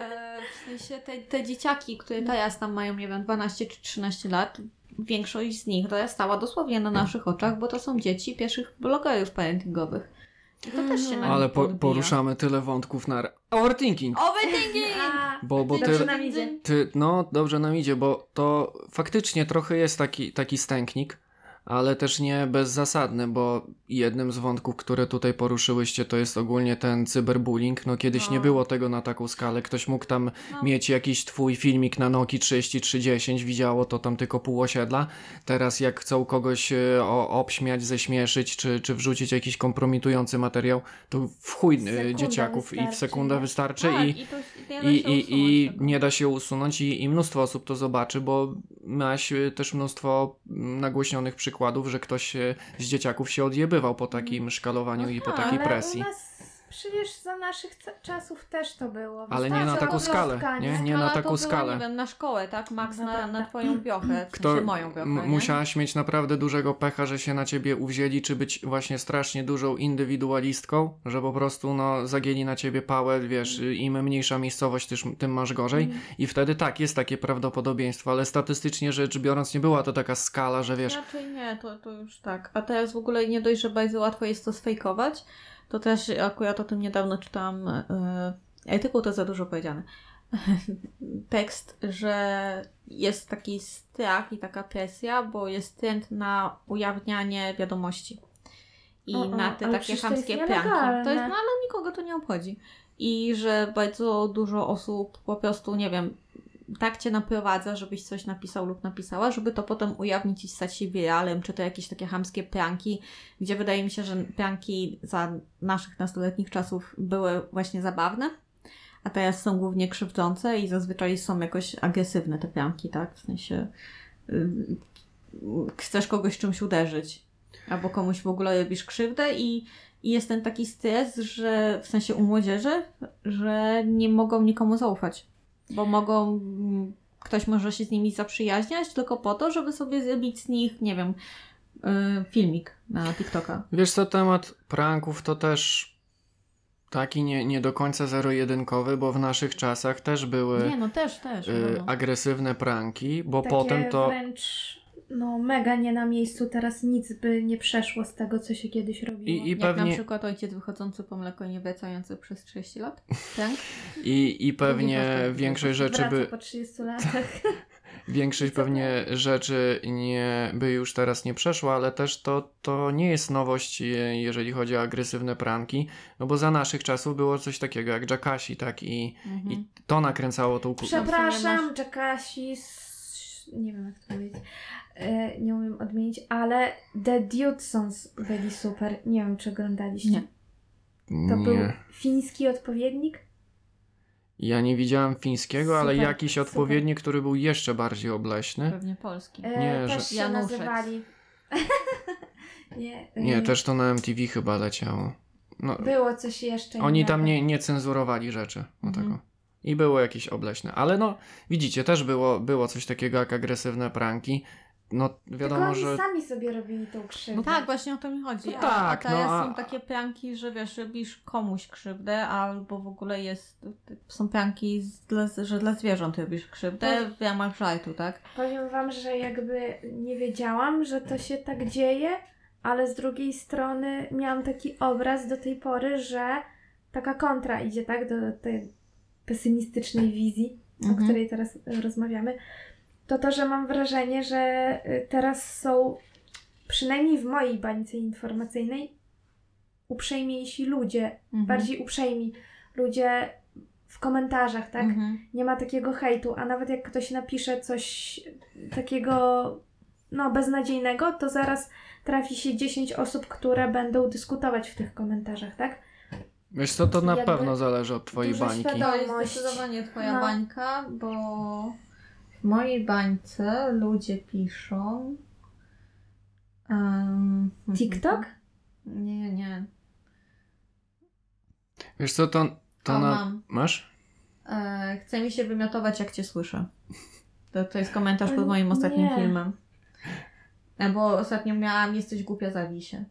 E, W sensie te, te dzieciaki, które teraz tam mają, nie wiem, 12 czy 13 lat, większość z nich dorastała dosłownie na naszych oczach, bo to są dzieci pierwszych blogerów parentingowych. I to też się na
Mhm.
nich
Ale po,
podbija.
poruszamy tyle wątków na... re- Overthinking!
Overthinking!
A,
Bo, bo
znaczy,
Dobrze
ty,
nam idzie.
Ty, no, dobrze nam idzie, bo to faktycznie trochę jest taki, taki stęknik, ale też nie bezzasadny, bo jednym z wątków, które tutaj poruszyłyście, to jest ogólnie ten cyberbullying. No kiedyś
No.
nie było tego na taką skalę. Ktoś mógł tam
No.
mieć jakiś twój filmik na Noki 3310, widziało to tam tylko pół osiedla. Teraz jak chcą kogoś e, o, obśmiać, ześmieszyć, czy, czy wrzucić jakiś kompromitujący materiał, to w chuj e,
Sekunda
dzieciaków i w
wystarczy,
sekundę
nie?
wystarczy
Tak,
i...
i, to, nie da
I,
się
i, i
usunąć tego.
nie da się usunąć i, i mnóstwo osób to zobaczy, bo maś y, też mnóstwo mm, nagłośnionych przykładów, że ktoś y, z dzieciaków się odjebywał po takim szkalowaniu
No
i po
tak,
takiej
Ale
presji.
u nas przecież za naszych ca- czasów też to było.
Ale nie na
Wystarczy
taką
obrączka,
skalę, nie? Nie
Skala
na
to
taką
była,
skalę.
Nie wiem, na szkołę, tak? Max
No
na,
tak,
na
tak.
twoją biochę, w
Kto
sensie moją biochę.
m-
nie?
musiałaś mieć naprawdę dużego pecha, że się na ciebie uwzięli, czy być właśnie strasznie dużą indywidualistką, że po prostu no, zagięli na ciebie pałę, wiesz,
Mhm.
y, im mniejsza miejscowość, tyż, tym masz gorzej.
Mhm.
I wtedy tak, jest takie prawdopodobieństwo, ale statystycznie rzecz biorąc nie była to taka skala, że wiesz,
Raczej nie, to, to już tak. A teraz w ogóle nie dość, że bardzo łatwo jest to sfejkować, to też akurat o tym niedawno czytałam e, artykuł, to za dużo powiedziane. Tekst, że jest taki strach i taka presja, bo jest trend na ujawnianie wiadomości. I
O, o,
na te
ale
takie
przecież to jest
chamskie
nielegalne.
pranki. To jest, no ale nikogo to nie obchodzi. i że bardzo dużo osób po prostu, nie wiem, tak cię naprowadza, żebyś coś napisał lub napisała, żeby to potem ujawnić i stać się wiralem, czy to jakieś takie hamskie pranki, gdzie wydaje mi się, że pranki za naszych nastoletnich czasów były właśnie zabawne, a teraz są głównie krzywdzące i zazwyczaj są jakoś agresywne te pranki, tak? W sensie ym, chcesz kogoś czymś uderzyć albo komuś w ogóle robisz krzywdę i, i jest ten taki stres, że w sensie u młodzieży, że nie mogą nikomu zaufać, bo mogą mm, ktoś może się z nimi zaprzyjaźniać tylko po to, żeby sobie zrobić z nich, nie wiem, y, filmik na TikToka.
Wiesz co, temat pranków to też taki nie, nie do końca zero-jedynkowy, bo w naszych czasach też były
Nie, no też, też.
y,
no.
agresywne pranki, bo
Takie
potem to...
wręcz no mega nie na miejscu, teraz nic by nie przeszło z tego, co się kiedyś robiło.
I, i
Jak na
pewnie,
przykład ojciec wychodzący po mleko i nie wracający przez 30 lat. Tak?
i, i pewnie
Drugi postęp.
większość rzeczy
Wraca
by,
po 30 latach.
Większość pewnie rzeczy nie, by już teraz nie przeszła, ale też to, to nie jest nowość, je- jeżeli chodzi o agresywne pranki, no bo za naszych czasów było coś takiego jak Jackasi, tak? I,
Mhm.
i to nakręcało tą ku...
Przepraszam, Jackasi, s- nie wiem jak to powiedzieć, e, nie umiem odmienić, ale The Dudesons byli super. Nie wiem, czy oglądaliście.
Nie.
To był
Nie.
fiński odpowiednik?
Ja nie widziałem fińskiego, ale
Super,
jakiś
super.
odpowiednik, który był jeszcze bardziej obleśny.
Pewnie polski.
E,
Nie,
też
że-
się
Januszek.
nazywali. nie, e,
Nie, też to na MTV chyba leciało. No,
Było coś jeszcze.
Oni tam
innego.
nie, nie cenzurowali rzeczy. No
Mhm.
tego. I było jakieś obleśne. Ale no, widzicie, też było, było coś takiego jak agresywne pranki. No,
Tylko
wiadomo,
oni
że.
sami sobie robili tą krzywdę.
No tak, właśnie o to mi chodzi.
No
A-
tak,
a teraz
no a-
są takie pranki, że wiesz, robisz komuś krzywdę, albo w ogóle jest, są pranki, z, dla, że dla zwierząt robisz krzywdę w ramach żartu, tak?
Powiem wam, że jakby nie wiedziałam, że to się tak dzieje, ale z drugiej strony miałam taki obraz do tej pory, że taka kontra idzie, tak, do tej pesymistycznej wizji, o
Mhm.
której teraz y, rozmawiamy. To to, że mam wrażenie, że y, teraz są, przynajmniej w mojej bańce informacyjnej, uprzejmiejsi ludzie,
Mhm.
bardziej uprzejmi ludzie w komentarzach, tak?
Mhm.
nie ma takiego hejtu, a nawet jak ktoś napisze coś takiego no beznadziejnego, to zaraz trafi się 10 osób, które będą dyskutować w tych komentarzach, tak?
Wiesz co, to na
Jakby
pewno zależy od twojej
dużo
bańki.
świadomości.
To jest zdecydowanie twoja
No.
bańka, bo w mojej bańce ludzie piszą... em,
Mhm.
TikTok?
Nie, nie.
Wiesz co, to, to
O,
na.
mam.
Masz?
E, chce mi się wymiotować, jak cię słyszę. To, to jest komentarz pod moim
Nie.
ostatnim filmem. E, Bo ostatnio miałam Jesteś głupia, zabij się.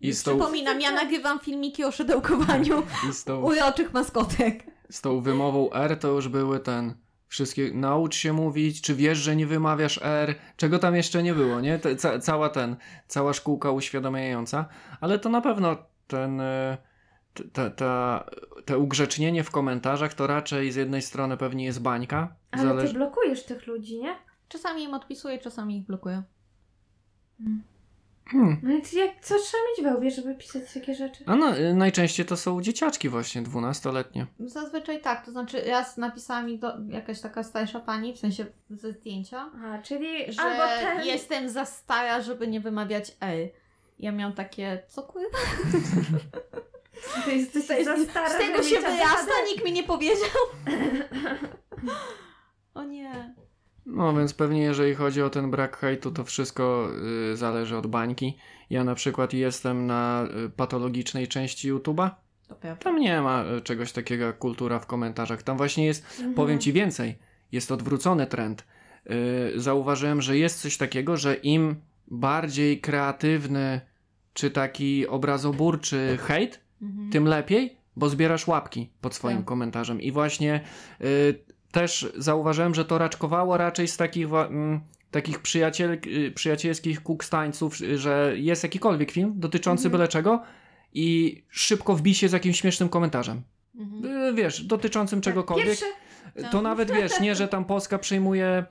I z tą,
Przypominam, ja nagrywam filmiki o szydełkowaniu
i z tą,
uroczych maskotek.
z tą wymową R to już były ten. Wszystkie. Naucz się mówić, czy wiesz, że nie wymawiasz R, czego tam jeszcze nie było, nie? Te, ca, cała ten, cała szkółka uświadamiająca, ale to na pewno ten. e, t- Ta, ta, te ugrzecznienie w komentarzach to raczej z jednej strony pewnie jest bańka.
Ale ty
Zależy...
blokujesz tych ludzi, nie?
Czasami im odpisuję, czasami ich blokuję.
Hmm.
Więc No jak, co trzeba mieć we łbie, żeby pisać takie rzeczy?
A no, y, najczęściej to są dzieciaczki właśnie, dwunastoletnie.
Zazwyczaj tak, to znaczy raz napisała mi do, jakaś taka starsza pani, w sensie ze zdjęcia,
Aha, czyli
że
albo ten...
jestem za stara, żeby nie wymawiać L. Ja miałam takie, co kurwa?
Ty jesteś
to jest-
za stara,
Z tego
żeby
się
mieć
wyrasta,
ADHD.
nikt mi nie powiedział. O nie.
No więc pewnie jeżeli chodzi o ten brak hejtu, to wszystko y, zależy od bańki. Ja na przykład jestem na y, patologicznej części YouTube'a.
To prawda.
Tam nie ma y, czegoś takiego jak kultura w komentarzach. Tam właśnie jest,
Mhm.
powiem ci więcej, jest odwrócony trend. Y, zauważyłem, że jest coś takiego, że im bardziej kreatywny czy taki obrazoburczy hejt,
Mhm.
tym lepiej, bo zbierasz łapki pod swoim
Tak.
komentarzem. I właśnie y, też zauważyłem, że to raczkowało raczej z takich, wa- mm, takich przyjaciel, y, przyjacielskich kukstańców, y, że jest jakikolwiek film dotyczący
Mhm.
byle czego i szybko wbi się z jakimś śmiesznym komentarzem.
Mhm.
Y, wiesz, dotyczącym
Tak,
czegokolwiek.
Pierwszy
To nawet wiesz, nie, że tam Polska przyjmuje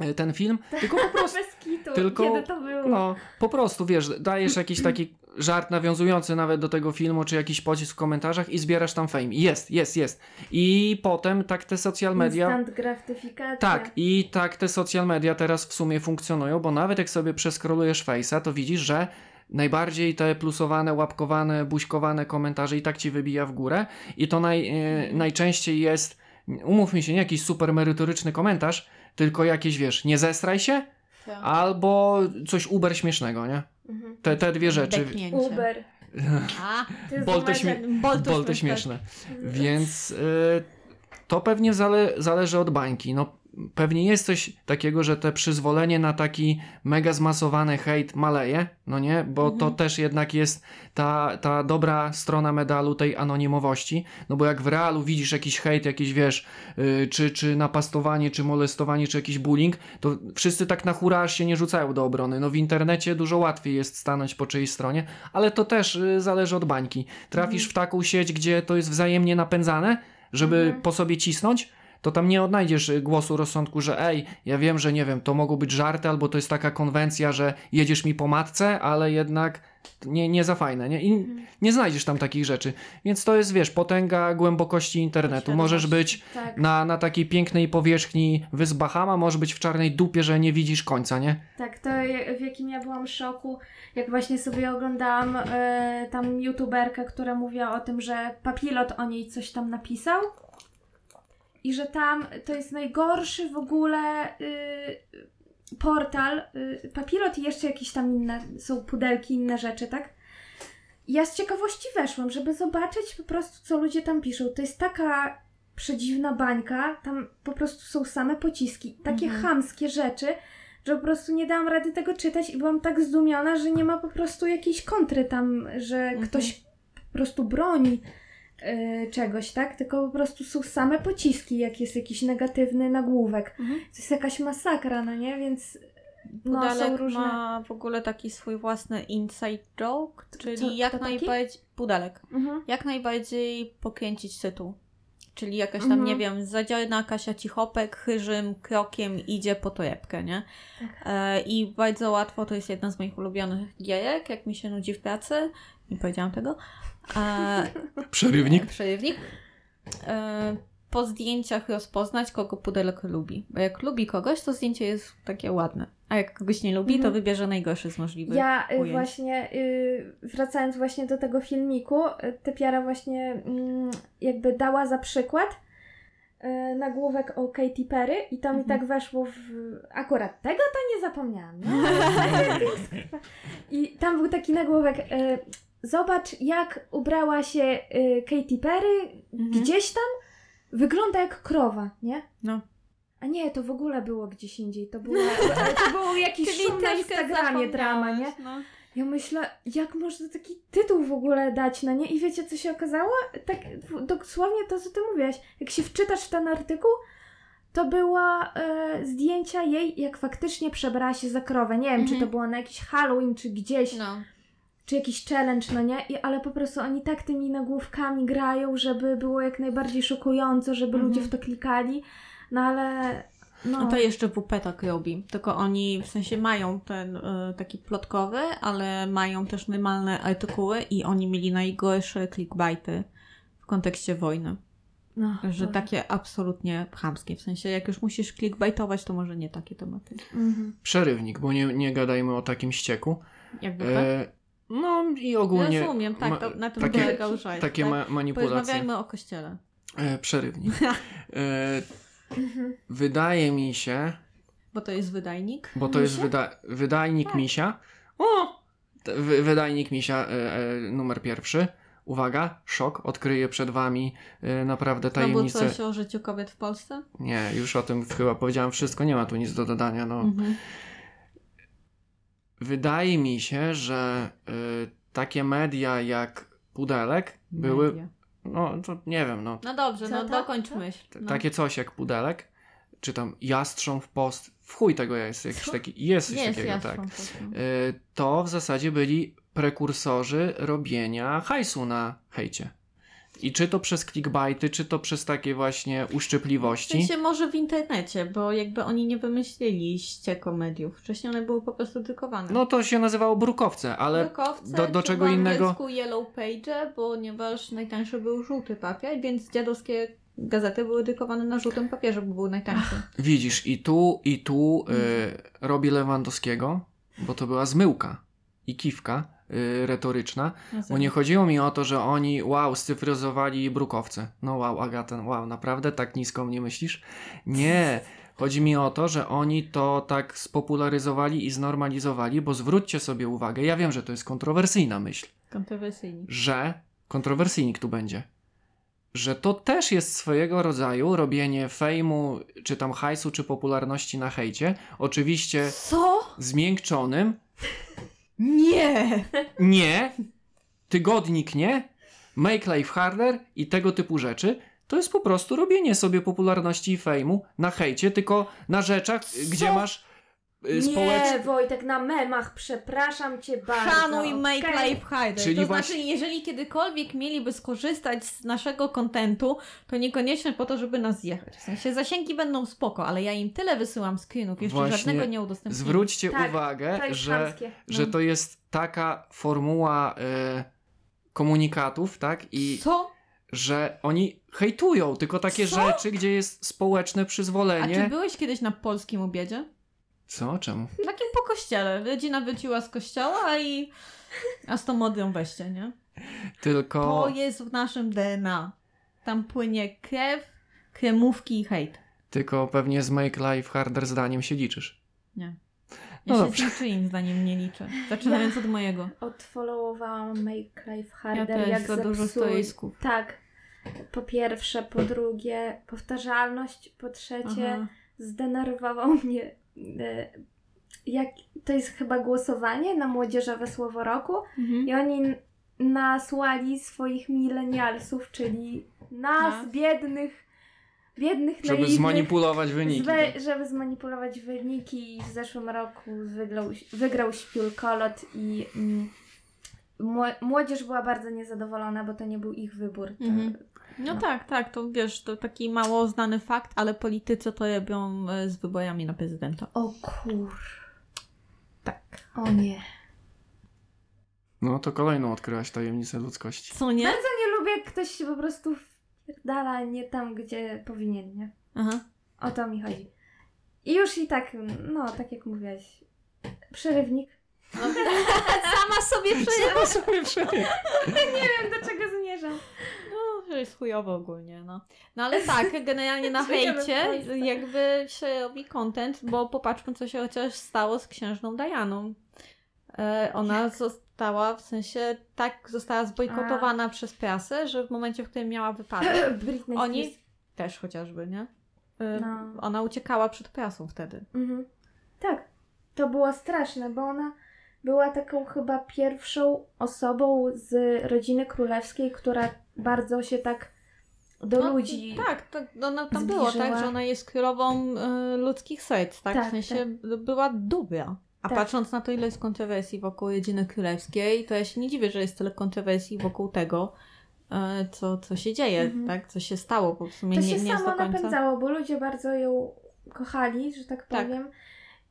e, ten film,
Tak.
tylko po prostu
Bez kitu,
Tylko-
kiedy to było?
no, po prostu, wiesz, dajesz jakiś taki żart nawiązujący nawet do tego filmu, czy jakiś pocisk w komentarzach i zbierasz tam fame. Jest, jest, jest. I potem tak te social media...
Instant gratyfikacja.
Tak, i tak te social media teraz w sumie funkcjonują, bo nawet jak sobie przeskrolujesz Face'a, to widzisz, że najbardziej te plusowane, łapkowane, buźkowane komentarze i tak ci wybija w górę i to naj, e, najczęściej jest, umówmy się, nie jakiś super merytoryczny komentarz, tylko jakieś, wiesz, nie zestraj się, Tak. albo coś uber śmiesznego, nie?
Mhm.
Te, te dwie rzeczy.
Uber.
A,
To jest
Bolty
numer-
śmie-
Bolty,
Bolty śmieszne. Więc y, to pewnie zale, zależy od bańki. No, pewnie jest coś takiego, że te przyzwolenie na taki mega zmasowany hejt maleje, no nie? Bo to
Mhm.
też jednak jest ta, ta dobra strona medalu tej anonimowości. No bo jak w realu widzisz jakiś hejt, jakiś wiesz, y, czy, czy napastowanie, czy molestowanie, czy jakiś bullying, to wszyscy tak na hura aż się nie rzucają do obrony. No w internecie dużo łatwiej jest stanąć po czyjejś stronie, ale to też y, zależy od bańki. Trafisz w taką sieć, gdzie to jest wzajemnie napędzane, żeby
Mhm.
po sobie cisnąć, to tam nie odnajdziesz y, głosu rozsądku, że ej, ja wiem, że nie wiem, to mogą być żarty, albo to jest taka konwencja, że jedziesz mi po matce, ale jednak nie, nie za fajne, nie? I
Mhm.
nie znajdziesz tam takich rzeczy. Więc to jest, wiesz, potęga głębokości internetu. Możesz być
Tak,
na, na takiej pięknej powierzchni wysp Bahama może być w czarnej dupie, że nie widzisz końca, nie?
tak, to ja- w jakim ja byłam szoku, jak właśnie sobie oglądałam e, tam youtuberkę, która mówiła o tym, że papilot o niej coś tam napisał i że tam to jest najgorszy w ogóle y, portal, y, papilot i jeszcze jakieś tam inne, są pudelki, inne rzeczy, tak? Ja z ciekawości weszłam, żeby zobaczyć po prostu, co ludzie tam piszą. To jest taka przedziwna bańka, tam po prostu są same pociski, takie
Mhm.
chamskie rzeczy, że po prostu nie dałam rady tego czytać i byłam tak zdumiona, że nie ma po prostu jakiejś kontry tam, że ktoś po prostu broni y, czegoś, tak? Tylko po prostu są same pociski, jak jest jakiś negatywny nagłówek.
Mhm.
To jest jakaś masakra, no nie? Więc no, są
Pudelek
różne...
ma w ogóle taki swój własny inside joke, czyli
co-
jak
kto taki?
najbardziej... Pudelek.
Mhm.
Jak najbardziej pokręcić tytuł. Czyli jakaś tam,
Mhm.
nie wiem, zadziorna Kasia Cichopek chyżym krokiem idzie po torebkę, nie?
Tak.
E, I bardzo łatwo, to jest jedna z moich ulubionych gierek, jak mi się nudzi w pracy, nie powiedziałam tego. E,
Przerywnik.
Przerywnik. E, po zdjęciach rozpoznać, kogo pudelek lubi. Bo jak lubi kogoś, to zdjęcie jest takie ładne. A jak kogoś nie lubi,
Mhm.
to wybierze najgorszy z możliwych.
Ja y,
ujęć.
właśnie, y, wracając właśnie do tego filmiku, y, typiara właśnie mm, jakby dała za przykład y, nagłówek o Katy Perry i to mi
Mhm.
tak weszło w... Akurat tego to nie zapomniałam. No. I tam był taki nagłówek, y, zobacz jak ubrała się y, Katy Perry
Mhm.
gdzieś tam, wygląda jak krowa, nie?
No.
A nie, to w ogóle było gdzieś indziej, to było, ale to był jakiś
Czyli
szum na
troszkę
Instagramie drama, nie?
zapomniałeś, No.
Ja myślę, jak można taki tytuł w ogóle dać, no nie? I wiecie, co się okazało? Tak w- dosłownie to, co ty mówiłaś. Jak się wczytasz w ten artykuł, to była e, zdjęcia jej, jak faktycznie przebrała się za krowę. Nie wiem,
Mhm.
czy to było na jakiś Halloween, czy gdzieś,
No.
czy jakiś challenge, no nie? I, ale po prostu oni tak tymi nagłówkami grają, żeby było jak najbardziej szokująco, żeby
Mhm.
ludzie w to klikali. No ale... No,
A to jeszcze WP tak robi, tylko oni w sensie mają ten y, taki plotkowy, ale mają też normalne artykuły i oni mieli najgorsze clickbaity w kontekście wojny,
no,
że tak-
Boże.
takie absolutnie chamskie, w sensie jak już musisz clickbaitować, to może nie takie tematy.
Mhm.
Przerywnik, bo nie, nie gadajmy o takim ścieku.
Jak WP?
E, no i ogólnie
tak? Rozumiem, tak, to,
ma-
na tym
takie-
polegał żart.
takie
tak?
ma- manipulacje.
Porozmawiajmy o kościele.
E, przerywnik. E, wydaje mi się,
Bo to jest wydajnik.
bo to jest
Misia?
wyda- wydajnik
Tak.
misia. O! T- Wy- wydajnik misia e, e, numer pierwszy. Uwaga, szok, odkryję przed wami e, naprawdę
To było
tajemnicę.
No coś o życiu kobiet w Polsce?
Nie, już o tym chyba powiedziałem wszystko, nie ma tu nic do dodania. No.
Mhm.
Wydaje mi się, że y, takie media jak Pudelek były,
Media.
no to nie wiem, no,
No dobrze,
Co
no
to?
dokończ
Co?
myśl.
t-
No.
takie coś jak Pudelek, czy tam Jastrząb Post, w chuj tego jest, jakiś
Co?
taki, jest coś
No. Jest,
takiego,
ja
tak.
są po prostu.
Y, to w zasadzie byli prekursorzy robienia hajsu na hejcie. I czy to przez clickbaity, czy to przez takie właśnie
W
uszczypliwości.
sensie może w internecie, bo jakby oni nie wymyślili ścieko mediów. Wcześniej one były po prostu drukowane.
No to się nazywało brukowce,
No
ale
Drukowce,
do- do
czy
czego
w
innego-
angielsku Yellow Page, ponieważ najtańszy był żółty papier, więc dziadowskie gazety były drukowane na żółtym papierze, bo był najtańszy.
widzisz, i tu, i tu y, robi Lewandowskiego, bo to była zmyłka i kiwka y, retoryczna. Bo nie chodziło mi o to, że oni, wow, scyfryzowali brukowce. No wow, Agata, wow, naprawdę tak nisko mnie myślisz? Nie. Chodzi mi o to, że oni to tak spopularyzowali i znormalizowali, bo zwróćcie sobie uwagę, ja wiem, że to jest kontrowersyjna myśl,
Kontrowersyjni.
że kontrowersyjnik tu będzie. Że to też jest swojego rodzaju robienie fejmu, czy tam hajsu, czy popularności na hejcie. Oczywiście
Co?
zmiękczonym.
Nie!
Nie, tygodnik nie, make life harder i tego typu rzeczy. To jest po prostu robienie sobie popularności i fejmu na hejcie, tylko na rzeczach, gdzie masz y,
Nie,
społeczność.
Wojtek, na memach, przepraszam cię bardzo.
Szanuj Make
okej?
Life Harder.
Czyli
to
właśnie-
znaczy, jeżeli kiedykolwiek mieliby skorzystać z naszego kontentu, to niekoniecznie po to, żeby nas zjechać. W sensie zasięgi będą spoko, ale ja im tyle wysyłam screenów, jeszcze
Właśnie
żadnego nie udostępniłam.
Zwróćcie
Tak,
uwagę,
To jest
że,
chamskie.
No.
że to jest taka formuła y, komunikatów, tak? I
Co?
że oni hejtują tylko takie
Co?
rzeczy, gdzie jest społeczne
A
przyzwolenie.
czy byłeś kiedyś na polskim obiedzie?
Co? Czemu?
Takim po kościele. Rodzina wróciła z kościoła i... A z tą modlą weźcie, nie?
Tylko.
To jest w naszym DNA. Tam płynie krew, kremówki i hejt.
Tylko pewnie z Make Life Harder zdaniem się liczysz.
Nie. Ja
No
się
dobrze.
z niczyim zdaniem nie liczę. Zaczynając od mojego.
Odfollowowałam Make Life
Ja
Harder,
też
jak
za dużo
zepsuj.
stoisków.
Tak. Po pierwsze, po drugie, powtarzalność, po trzecie,
Aha.
zdenerwował mnie. e, Jak, to jest chyba głosowanie na młodzieżowe słowo roku
Mhm.
i oni n- nasłali swoich milenialsów, czyli nas,
Nas.
biednych, biednych
No
Żeby
naiwnych,
zmanipulować wyniki.
zwe-
tak?
żeby zmanipulować wyniki i w zeszłym roku wygrał, wygrał śpiulkolot i mm, mło- młodzież była bardzo niezadowolona, bo to nie był ich wybór. To,
Mhm. No tak, tak, to wiesz, to taki mało znany fakt, ale politycy to robią e, z wyborami na prezydenta.
O kur...
Tak.
O nie.
No to kolejną odkryłaś tajemnicę ludzkości.
Co nie?
Bardzo nie lubię, jak ktoś się po prostu wpierdala nie tam, gdzie powinien, nie?
Aha.
O to mi chodzi. I już i tak, no, tak jak mówiłaś, przerywnik.
Sama sobie przyjęła.
Wiem, do czego zmierzam.
No, że jest chujowo ogólnie, no. No ale tak, generalnie na
Żyjemy w
hejcie
Polsce.
jakby się robi content, bo popatrzmy, co się chociaż stało z księżną Dianą. E, ona została, w sensie, tak została zbojkotowana przez prasę, że w momencie, w którym miała wypadek,
Britney
oni
Spears.
też chociażby, nie? E,
No.
Ona uciekała przed prasą wtedy.
Mhm. Tak, to było straszne, bo ona była taką chyba pierwszą osobą z rodziny królewskiej, która bardzo się tak do
No,
ludzi...
Tak, tak no, no, tam było, tak,
zbliżyła.
że ona jest królową y, ludzkich serc, tak?
Tak,
w sensie była dobra. A
Tak.
patrząc na to, ile jest kontrowersji wokół rodziny królewskiej, to ja się nie dziwię, że jest tyle kontrowersji wokół tego, y, co, co się dzieje,
Mhm.
tak? Co się stało, bo w sumie
To
nie,
się
nie jest
samo
do końca.
napędzało, bo ludzie bardzo ją kochali, że tak
Tak.
powiem.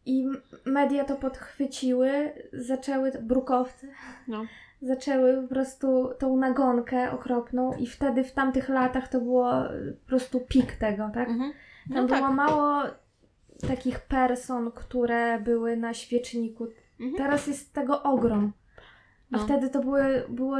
I m- media to podchwyciły, zaczęły brukowcy,
No.
zaczęły po prostu tą nagonkę okropną i wtedy w tamtych latach to było y, po prostu pik tego, tak?
Mhm.
Tam
No
było
tak.
mało takich person, które były na świeczniku.
Mhm.
Teraz jest tego ogrom. A
No.
wtedy to były, było,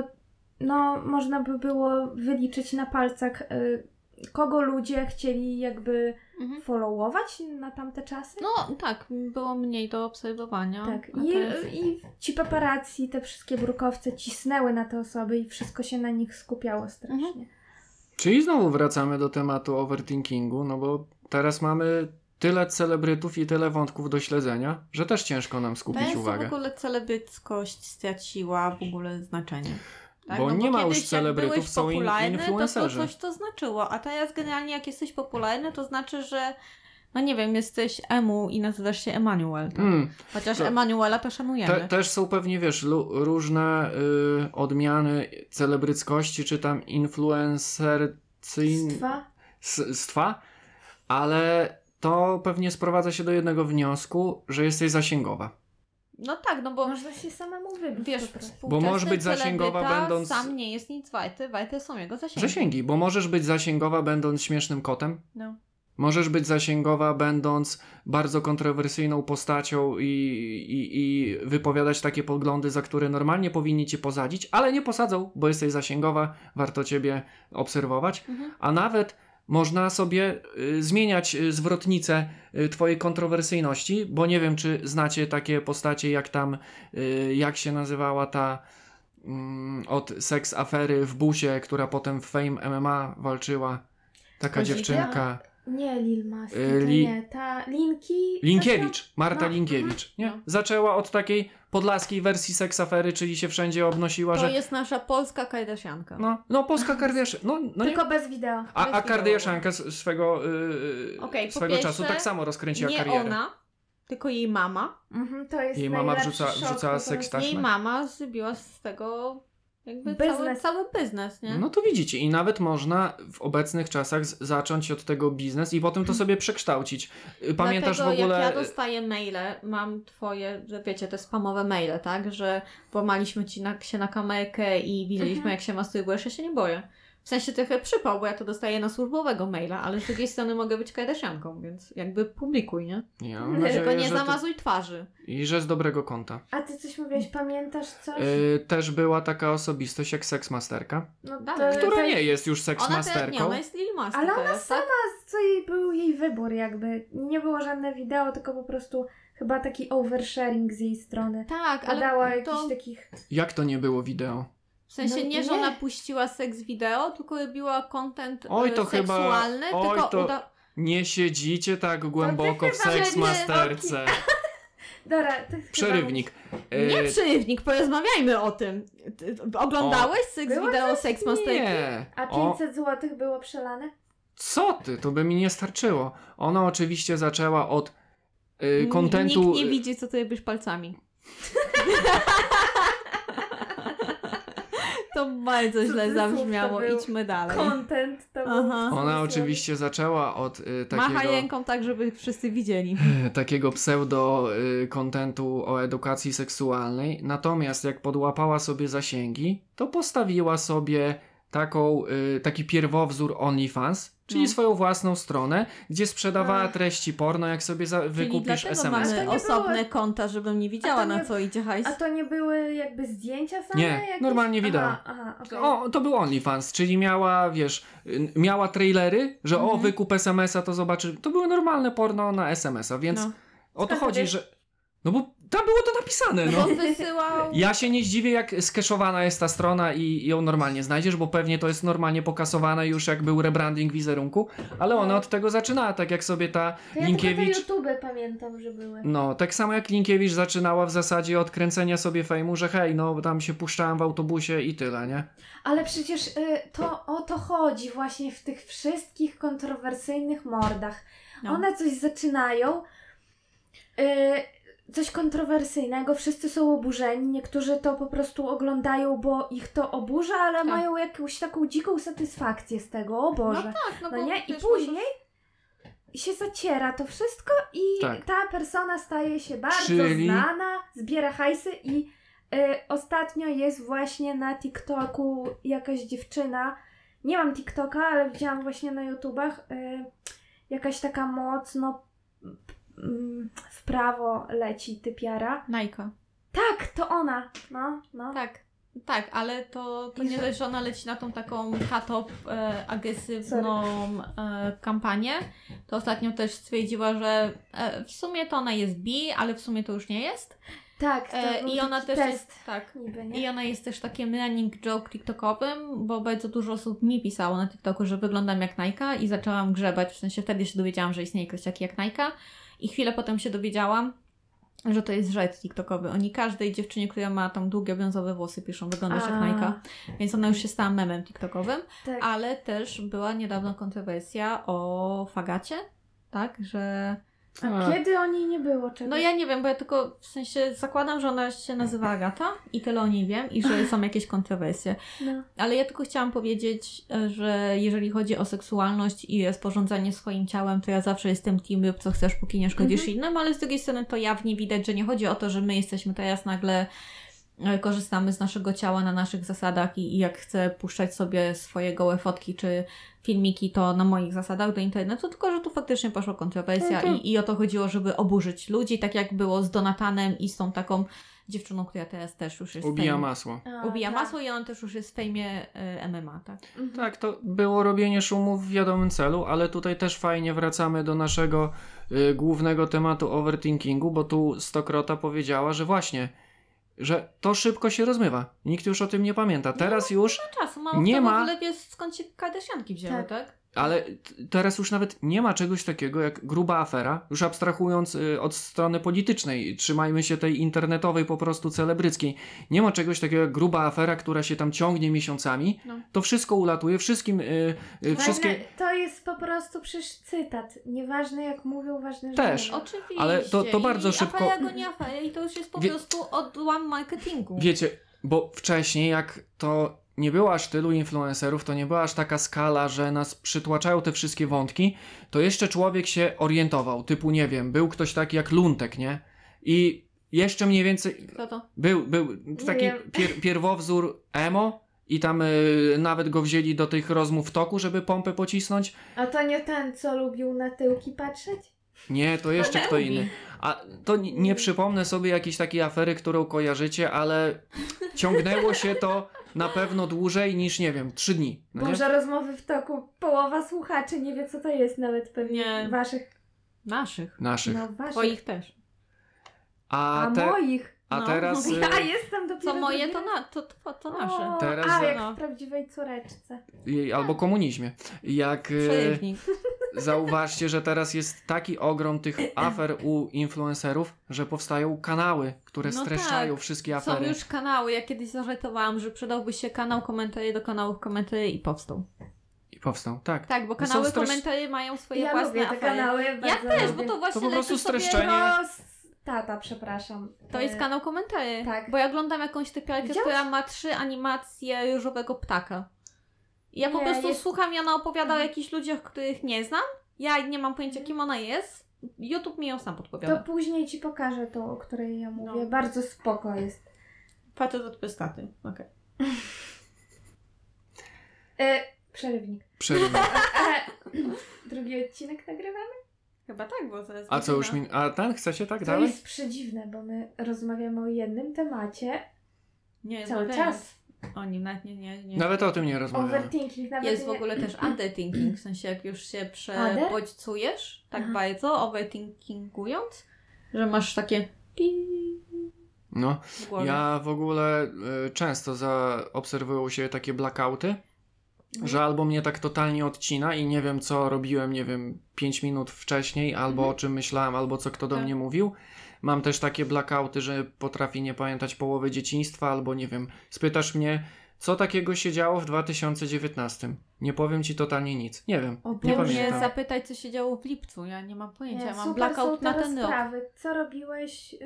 no można by było wyliczyć na palcach, y, kogo ludzie chcieli jakby
Mhm.
followować na tamte czasy.
No tak, było mniej do obserwowania.
Tak,
a
I,
teraz-
i ci paparazzi, te wszystkie brukowce cisnęły na te osoby i wszystko się na nich skupiało strasznie.
Mhm.
Czyli znowu wracamy do tematu overthinkingu, no bo teraz mamy tyle celebrytów i tyle wątków do śledzenia, że też ciężko nam skupić
Państwu
uwagę.
w ogóle celebryckość straciła w ogóle znaczenie. Tak?
Bo nie ma już
kiedyś jak
celebrytów,
byłeś
są in-
popularny, to, to
influencerzy.
coś to znaczyło, a teraz generalnie jak jesteś popularny, to znaczy, że no nie wiem, jesteś Emu i nazywasz się Emanuel. tak?
Mm,
Chociaż
to-
Emanuela to szanujemy.
te, też są pewnie, wiesz, lu, różne y, odmiany celebryckości, czy tam influencercyjn...
Stwa?
s- stwa, ale to pewnie sprowadza się do jednego wniosku, że jesteś zasięgowa.
No tak, no bo
Można się samemu wybrać.
wiesz,
po prostu.
współczesny
może być zasięgowa
celebryta
będąc-
sam nie jest nic wajty, wajty są jego zasięgi.
Zasięgi, bo możesz być zasięgowa będąc śmiesznym kotem,
No.
Możesz być zasięgowa, będąc bardzo kontrowersyjną postacią i, i, i wypowiadać takie poglądy, za które normalnie powinni cię posadzić, ale nie posadzą, bo jesteś zasięgowa, warto ciebie obserwować.
Mhm.
A nawet można sobie y, zmieniać y, zwrotnicę y, twojej kontrowersyjności, bo nie wiem, czy znacie takie postacie, jak tam, y, jak się nazywała ta. mm, Od seks afery w busie, która potem w Fame MMA walczyła. Taka
Kozidra?
dziewczynka.
tak.
Nie Lil Maski,
Y,
to
Li-
nie. Ta Linki...
Linkiewicz, Marta
No,
Linkiewicz.
mhm.
Nie? Zaczęła od takiej podlaskiej wersji seksafery, czyli się wszędzie obnosiła,
To
że.
jest nasza polska kajdasianka.
No, no polska kardiaszanka. No, no nie.
Tylko bez wideo.
A, a
bez
kardiaszanka s- swego, yy,
Okej, po
swego czasu
pierwsze,
tak samo rozkręciła
nie
karierę.
ona, tylko jej mama.
Mhm, to jest
Jej mama
najlepszy
wrzuca-
szok
wrzucała
po prostu.
seks taśmę.
Jej mama zrobiła z tego jakby cały,
Biznes.
cały biznes, nie?
No to widzicie, i nawet można w obecnych czasach z- zacząć od tego biznes i potem to sobie przekształcić. Y, Pamiętasz
Mhm. Dlatego
w ogóle.
jak ja dostaję maile, mam twoje, że wiecie, te spamowe maile, tak? Że włamaliśmy ci na, się na kamerkę i widzieliśmy,
Mhm.
jak się masturbujesz, ja się nie boję. W sensie trochę przypał, bo ja to dostaję na służbowego maila, ale z drugiej strony mogę być kajdasianką, więc jakby publikuj, nie?
Ja mam
Tylko
nadzieję,
Tylko nie
że to...
zamazuj twarzy.
I że z dobrego konta.
A ty coś mówiłaś, pamiętasz coś?
Y, też była taka osobistość jak seksmasterka,
no,
dalej.
która
to-
nie jest już
Y, Ona te, nie,
seksmasterką.
ona jest Lil Master
Ale ona
teraz, tak?
Co jej był jej wybór jakby? Nie było żadne wideo, tylko po prostu chyba taki oversharing z jej strony.
Tak, ale
Podała
to
jakichś takich...
Jak to nie było wideo?
w sensie
No
nie, że
nie.
ona puściła seks wideo, tylko robiła content
Oj,
e,
to chyba-
seksualny,
oj,
tylko
to-
uda...
Nie siedzicie tak głęboko w
chyba będzie
seksmasterce.
Dora, ty chyba-
Przerywnik. E,
Nie przerywnik, porozmawiajmy o tym. Ty- ty- Oglądałeś seks
Było
wideo Sex Masterki?
nie.
A
O,
500 zł było przelane?
co ty? To by mi nie starczyło. Ona oczywiście zaczęła od y, kontentu...
Nikt nie widzi, co ty robisz palcami. to bardzo źle
Cudzysłów to
zabrzmiało.
był.
Idźmy dalej.
Content to
Aha.
był w
Ona
cudzysłowie.
oczywiście zaczęła od y,
Macha
takiego, Hmm,
ręką tak, żeby wszyscy widzieli.
takiego pseudo-kontentu o edukacji seksualnej. Natomiast jak podłapała sobie zasięgi, to postawiła sobie taką, y, taki pierwowzór OnlyFans, czyli
No.
swoją własną stronę, gdzie sprzedawała
Ach.
treści porno, jak sobie za-
Czyli
wykupisz
dlatego
SMS.
A to
mamy
nie
osobne
było-
konta, żebym nie widziała,
A to
na
nie-
co idzie hajs.
A to nie były jakby zdjęcia same?
Nie,
jakieś?
normalnie wideo.
Aha, aha okej.
O, to był OnlyFans, czyli miała, wiesz, y, miała trailery, że o,
Mhm.
wykup SMS-a, to zobaczy. To były normalne porno na SMS-a, więc
No.
o to
Skąd
chodzi,
wiesz?
że... No bo tam było to napisane, no.
Bo wysyłał...
Ja się nie zdziwię, jak skeszowana jest ta strona i i ją normalnie znajdziesz, bo pewnie to jest normalnie pokasowane już jak był rebranding wizerunku, ale ona od tego zaczynała, tak jak sobie ta
To ja
Linkiewicz-
tylko te YouTube pamiętam, że były.
no, tak samo jak Linkiewicz zaczynała w zasadzie od kręcenia sobie fejmu, że hej, no tam się puszczałam w autobusie i tyle, nie?
Ale przecież y, to o to chodzi właśnie w tych wszystkich kontrowersyjnych mordach.
No.
One coś zaczynają, y, coś kontrowersyjnego, wszyscy są oburzeni, niektórzy to po prostu oglądają, bo ich to oburza, ale
Tak.
mają jakąś taką dziką satysfakcję z tego, o
No
Boże.
tak, no,
No
bo
nie? I
też
później się zaciera to wszystko i
Tak.
ta persona staje się bardzo
Czyli-
znana, zbiera hajsy i y, ostatnio jest właśnie na TikToku jakaś dziewczyna, nie mam TikToka, ale widziałam właśnie na YouTubach, y, jakaś taka mocno mm, w prawo leci typiara.
Najka.
Tak, to ona, no, no.
Tak, tak, ale to, to
I
nie
że-
dość, że ona leci na tą taką katop e, agresywną e, kampanię, to ostatnio też stwierdziła, że e, w sumie to ona jest bi, ale w sumie to już nie jest.
Tak, to
E,
był
I ona
taki
też
test.
jest. Tak.
Niby, nie?
I ona jest też takim running joke TikTokowym, bo bardzo dużo osób mi pisało na TikToku, że wyglądam jak Najka i zaczęłam grzebać, w sensie wtedy się dowiedziałam, że istnieje ktoś taki jak Najka i chwilę potem się dowiedziałam, że to jest rzecz TikTokowy. Oni każdej dziewczynie, która ma tam długie, brązowe włosy piszą, wyglądasz jak
A,
Najka, więc ona już się stała memem TikTokowym,
Tak.
ale też była niedawno kontrowersja o fagacie, tak? Że.
A kiedy o niej nie było czegoś?
No ja nie wiem, bo ja tylko w sensie zakładam, że ona się nazywa Agata i tyle o niej wiem i że są jakieś kontrowersje.
No.
Ale ja tylko chciałam powiedzieć, e, że jeżeli chodzi o seksualność i sporządzanie swoim ciałem, to ja zawsze jestem team rób co chcesz, póki nie szkodzisz innym, ale z drugiej strony to jawnie widać, że nie chodzi o to, że my jesteśmy teraz nagle e, korzystamy z naszego ciała na naszych zasadach i, i jak chcę puszczać sobie swoje gołe fotki czy filmiki, to na moich zasadach do internetu, tylko że tu faktycznie poszła kontrowersja
Mhm.
i, i o to chodziło, żeby oburzyć ludzi, tak jak było z Donatanem i z tą taką dziewczyną, która teraz też już jest
Ubija
fame-
masło.
A,
Ubija
tak.
masło i on też już jest w fejmie y, MMA, tak?
Mhm.
Tak, to było robienie szumu w wiadomym celu, ale tutaj też fajnie wracamy do naszego y, głównego tematu overthinkingu, bo tu Stokrota powiedziała, że właśnie, że to szybko się rozmywa. Nikt już o tym nie pamięta. Teraz już,
Na czasu, No mało
Nie
nie
ma-
ma. w ogóle wie skąd się Kardashianki wzięły,
Tak.
tak?
ale t- teraz już nawet nie ma czegoś takiego jak gruba afera, już abstrahując y, od strony politycznej, trzymajmy się tej internetowej po prostu celebryckiej. Nie ma czegoś takiego jak gruba afera, która się tam ciągnie miesiącami.
No.
To wszystko ulatuje, wszystkim y, y,
Ważne-
wszystkie
To jest po prostu przecież cytat. Nieważne jak mówią, ważne, że
Też.
mówią.
Oczywiście.
Ale to- to bardzo
I
szybko-
Afera go nie afera i to już jest po
Wie-
prostu odłam marketingu.
Wiecie, bo wcześniej jak to nie było aż tylu influencerów, to nie była aż taka skala, że nas przytłaczają te wszystkie wątki, to jeszcze człowiek się orientował, typu nie wiem, był ktoś taki jak Luntek, nie? I jeszcze mniej więcej
Kto to?
był, był taki
wiem.
pier, pierwowzór emo i tam y, nawet go wzięli do tych rozmów w toku, żeby pompę pocisnąć.
A to nie ten, co lubił na tyłki patrzeć?
Nie, to jeszcze kto inny. A to nie, nie przypomnę sobie jakiejś takiej afery, którą kojarzycie, ale ciągnęło się to na pewno dłużej niż, nie wiem, trzy dni. No nie?
Boże, rozmowy w toku. Połowa słuchaczy nie wie, co to jest nawet pewnie.
Nie.
Waszych.
Naszych.
Naszych.
No waszych.
Twoich też.
A,
A
te,
moich.
a
no.
teraz. y,
Ja jestem dopiero...
Co moje, to,
drugi
na, to, to, to
raz.
nasze.
O,
Teraz
A,
za-
jak
No.
w prawdziwej córeczce.
y, Albo komunizmie. Jak. y,
Przerywnik.
Zauważcie, że teraz jest taki ogrom tych afer u influencerów, że powstają kanały, które
No
streszczają
tak.
wszystkie
Są
afery.
już kanały. Ja kiedyś zażartowałam, że przydałby się kanał komentarzy do kanałów komentarzy i powstał.
I powstał, tak.
Tak, bo
są
kanały
stresz-
komentarzy mają swoje
Ja
własne
lubię te
afery.
kanały.
Ja
bardzo
też, bo
lubię.
to właśnie
po prostu
leczy sobie-
streszczenie
No, s- tata, przepraszam.
To jest
E,
kanał komentarzy.
tak.
Bo ja oglądam jakąś typiarkę,
Widziałaś?
która ma trzy animacje różowego ptaka. I ja po
Nie,
prostu
jest-
słucham i ona opowiada o
Mhm.
jakichś ludziach, których nie znam. Ja nie mam pojęcia, kim ona jest. YouTube mi ją sam
To
podpowiada.
później ci pokażę tą, o której ja mówię.
No.
Bardzo spoko jest.
Facet od pystaty. Okay.
E, przerywnik.
Przerywnik.
E, drugi odcinek nagrywamy?
Chyba tak, bo zaraz...
A co już
godzina.
mi. A ten chcecie tak
To
dalej?
jest przedziwne, bo my rozmawiamy o jednym temacie
Nie,
cały
nie,
czas.
O nim nawet nie, nie, nie.
Nawet No, o tym nie rozmawiamy.
Overthinking nawet
Jest w
nie-
ogóle też underthinking, w sensie jak już się
Under?
przebodźcujesz tak
Aha.
bardzo, overthinkingując, że masz takie pi
No.
w głowie.
Ja w ogóle y, często za, obserwują się takie blackouty, że albo mnie tak totalnie odcina i nie wiem, co robiłem, nie wiem, 5 minut wcześniej, albo o czym myślałem, albo co kto do
Tak.
mnie mówił. Mam też takie blackouty, że potrafię nie pamiętać połowy dzieciństwa, albo nie wiem, spytasz mnie, co takiego się działo w 2019. Nie powiem ci totalnie nic. Nie wiem.
O
Nie
Nie
Boże.
mnie
pamiętam.
zapytać, co się działo w lipcu. Ja nie mam pojęcia. Ja mam
super są
blackout
te
na ten rok.
rozprawy. Co robiłeś y,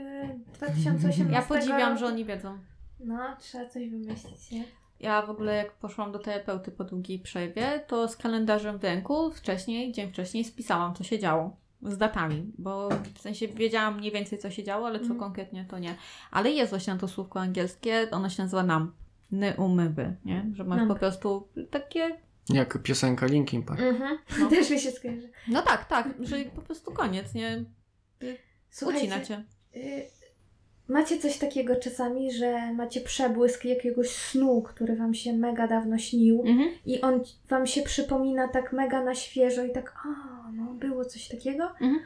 2018
Ja podziwiam,
roku?
że oni wiedzą.
No, trzeba coś wymyślić, nie?
Ja w ogóle jak poszłam do terapeuty po długiej przerwie, to z kalendarzem w ręku wcześniej, dzień wcześniej spisałam, co się działo. Z datami, bo w sensie wiedziałam mniej więcej, co się działo, ale co
Mhm.
konkretnie to nie. Ale jest właśnie na to słówko angielskie, ono się nazywa nam. Neumywy, nie? Że masz
Numb.
po prostu takie.
Jak piosenka Linkin Park.
Mhm.
No.
Też mi się skojarzy.
No tak, tak, że po prostu koniec, nie? Ucina
Słuchajcie,
cię.
y, macie coś takiego czasami, że macie przebłysk jakiegoś snu, który wam się mega dawno śnił
Mhm.
i on wam się przypomina tak mega na świeżo i tak, a no, było coś takiego.
Mhm.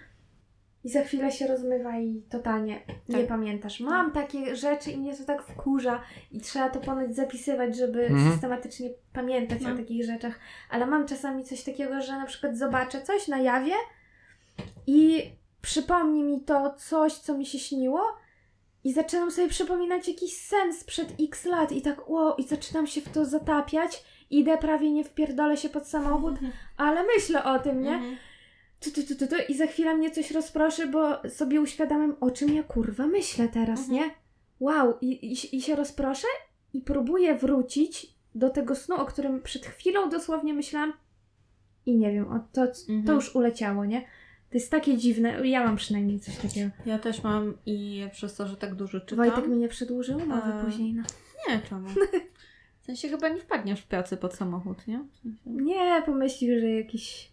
I za chwilę się rozmywa i totalnie nie
Tak.
pamiętasz. Mam takie rzeczy i mnie to tak wkurza i trzeba to ponoć zapisywać, żeby
Mhm.
systematycznie pamiętać o
No.
takich rzeczach. Ale mam czasami coś takiego, że na przykład zobaczę coś na jawie i przypomni mi to coś, co mi się śniło i zaczynam sobie przypominać jakiś sen sprzed x lat i tak wow, i zaczynam się w to zatapiać, idę prawie nie wpierdolę się pod samochód, ale myślę o tym, nie?
Mhm.
tu, tu, tu, tu, tu, i za chwilę mnie coś rozproszy, bo sobie uświadamiam, o czym ja kurwa myślę teraz,
Mhm.
nie? Wow, i, i, się- i się rozproszę i próbuję wrócić do tego snu, o którym przed chwilą dosłownie myślałam i nie wiem, o, to, to
Mhm.
już uleciało, nie? To jest takie dziwne, ja mam przynajmniej coś takiego.
Ja też mam i przez to, że tak dużo czytam. E.
Wojtek mi nie przedłużył mowy
A.
później, no.
Nie, czemu? W sensie chyba nie wpadniesz w pracy pod samochód, nie? W sensie...
Nie, pomyślił, że jakiś...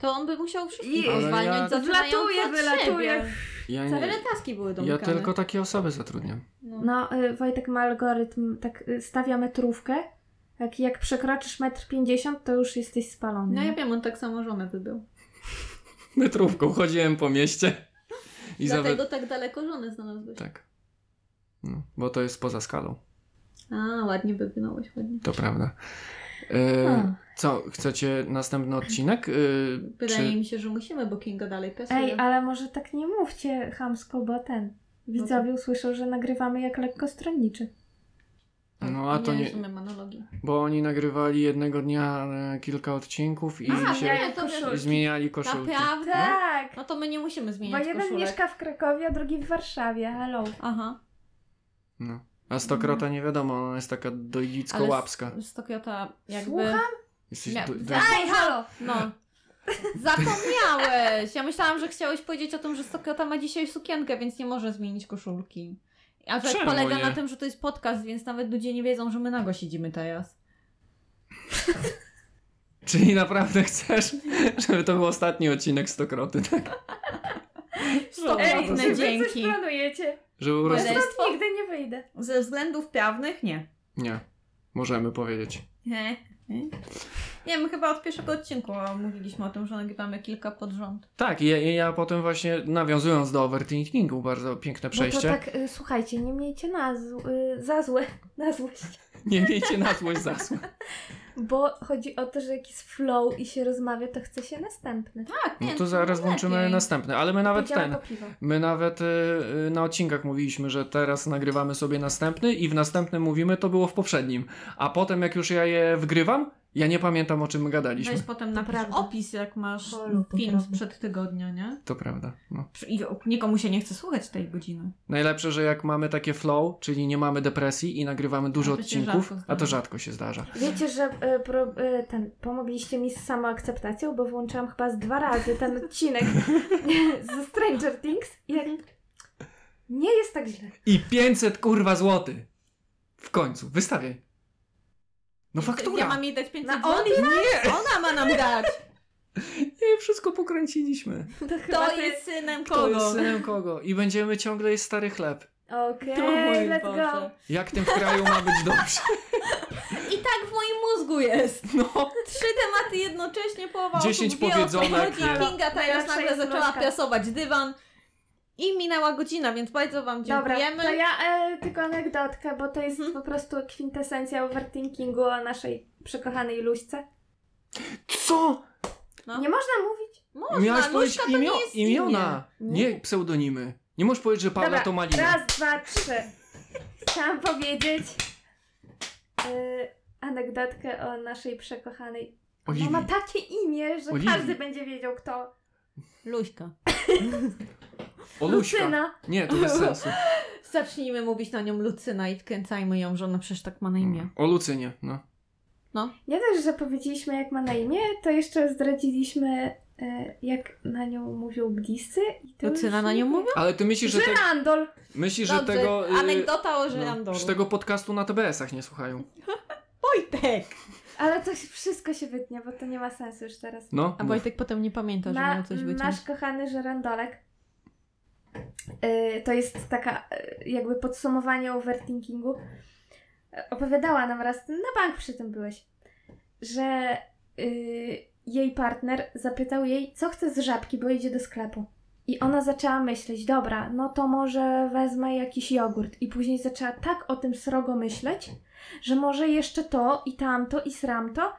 To on by musiał wszystkich
Ale
zwalniać
ja-
zaczynając
Wlatuje,
od
wylatuje.
siebie.
Ja,
Całe
nie,
taski były
ja
domykane.
tylko takie osoby zatrudniam.
No.
No, y, Wojtek ma algorytm, tak y, stawia metrówkę, jak, jak przekroczysz metr 50, to już jesteś spalony.
no
nie?
ja wiem, on tak samo żonę wybył.
Metrówką chodziłem po mieście. I
Dlatego
zawe...
tak daleko żonę znalazłeś.
Tak. No, bo to jest poza skalą.
A, ładnie wypinałeś, ładnie.
To prawda. E,
A.
co, chcecie następny odcinek? E,
Wydaje mi się, że musimy, bo Kinga dalej pesuje.
Ej, ale może tak nie mówcie chamsko, bo ten...
No
Widzowie usłyszą, że nagrywamy jak lekko stronniczy.
Tak,
No a to nie,
rozumiem monologii.
bo oni nagrywali jednego dnia e, kilka odcinków i
A,
się
miałem
Zmieniają
to wiesz-
koszulki.
zmieniali koszulki.
Naprawdę?
No,
Tak!
No to my nie musimy zmieniać
Bo jeden
koszulek.
mieszka w Krakowie, a drugi w Warszawie. Hello.
Aha.
no. A stokrota nie wiadomo, ona jest taka dojdzicko
Ale
łapska.
Z, z Tokiota jakby...
Słucham?
Jesteś
Mia-
do, do,
Ej, halo! No. Zapomniałeś! Ja myślałam, że chciałeś powiedzieć o tym, że Stokota ma dzisiaj sukienkę, więc nie może zmienić koszulki. A że
Czemu
polega
nie?
na tym, że to jest podcast, więc nawet ludzie nie wiedzą, że my nago siedzimy teraz.
Czyli naprawdę chcesz, żeby to był ostatni odcinek stokroty, tak?
No,
Ej,
Stokotne
czy wy coś
dzięki.
planujecie?
Żeby po prostu...
Ale-
Stąd nigdy nie wyjdę.
Ze względów prawnych nie.
Nie, możemy powiedzieć.
Nie. Nie, my chyba od pierwszego odcinku mówiliśmy o tym, że nagrywamy kilka pod rząd.
Tak, i ja, i ja potem właśnie nawiązując do overthinkingu, bardzo piękne
Bo to
przejście.
tak, y, słuchajcie, nie miejcie na zł, y, za złe, na złość.
Nie miejcie na złość zasłon.
Bo chodzi o to, że jak jest flow i się rozmawia, to chce się następny.
Tak,
No to zaraz włączymy następny, ale my nawet
Powiedziałam
ten...
po piwo.
My nawet y, y, na odcinkach mówiliśmy, że teraz nagrywamy sobie następny i w następnym mówimy, to było w poprzednim. A potem jak już ja je wgrywam, ja nie pamiętam o czym my gadaliśmy.
Weź potem napisz
prawda.
opis, jak masz
Bolu, to
film
prawda.
sprzed tygodnia, nie?
To prawda. No.
Przy- I nikomu się nie chce słuchać tej godziny.
Najlepsze, że jak mamy takie flow, czyli nie mamy depresji i nagrywamy dużo
A to się
odcinków,
rzadko
a
zdarza.
to rzadko się zdarza.
Wiecie, że y, pro, y, ten, pomogliście mi z samoakceptacją, bo włączyłam chyba z dwa razy ten odcinek ze Stranger Things i jak... Nie jest tak źle.
I 500 kurwa złoty! W końcu, wystawiaj. No faktura!
Ja mam jej dać 500
Na
złotych? Nie! Ona ma nam dać!
Nie, wszystko pokręciliśmy.
To,
To
chyba to
jest synem
Kto jest
kogo?
synem kogo? I będziemy ciągle jeść stary chleb.
Okej,
To mój
let's go.
Boże.
Jak tym w kraju ma być dobrze?
I tak w moim mózgu jest!
No.
Trzy tematy jednocześnie, połowa
Dziesięć
osób wie, o co
powiedzonek,
chodzi.
nie?
Kinga teraz
Najlepsza
nagle
jest
zaczęła
Lotka.
piasować dywan. I minęła godzina, więc bardzo wam dziękujemy.
Dobra, to ja e, tylko anegdotkę, bo to jest
Mhm.
po prostu kwintesencja overthinkingu o naszej przekochanej Luźce.
Co?
No.
Nie można mówić.
Można,
Miałaś
Miałaś
powiedzieć
to
imio-
nie jest imię.
imiona, nie.
Nie.
pseudonimy. Nie możesz powiedzieć, że Paula
Dobra,
to Malina.
Raz, dwa, trzy. Chciałam powiedzieć e, anegdotkę o naszej przekochanej.
Oliwii.
Ona ma takie imię, że
Oliwii.
każdy będzie wiedział kto.
Luźka.
Oluśka.
Lucyna.
Nie, to bez sensu.
Zacznijmy mówić na nią Lucyna i wkręcajmy ją, że ona przecież tak ma na imię.
O Lucynie, no.
Nie dość, że powiedzieliśmy jak ma na imię, to jeszcze zdradziliśmy e, jak na nią mówią bliscy. i to
Lucyna
już
na nią
nie-
mówi?
Ale ty myślisz, że, tak- te,
Żyrandol.
myślisz, że
Dobrze,
tego... y,
anegdota o
no,
Żyrandolu.
że tego podcastu na TBS-ach nie słuchają.
Wojtek!
Ale to wszystko się wytnie, bo to nie ma sensu już teraz.
No,
A
mów.
Wojtek potem nie pamięta, że miał coś wyciąć.
nasz kochany żerandolek. Yy, to jest taka yy, jakby podsumowanie overthinkingu. Yy, Opowiadała nam raz, ty na bank przy tym byłeś, że yy, jej partner zapytał jej, co chce z żabki, bo idzie do sklepu. I ona zaczęła myśleć, dobra, no to może wezmę jakiś jogurt. I później zaczęła tak o tym srogo myśleć, że może jeszcze to i tamto i sramto.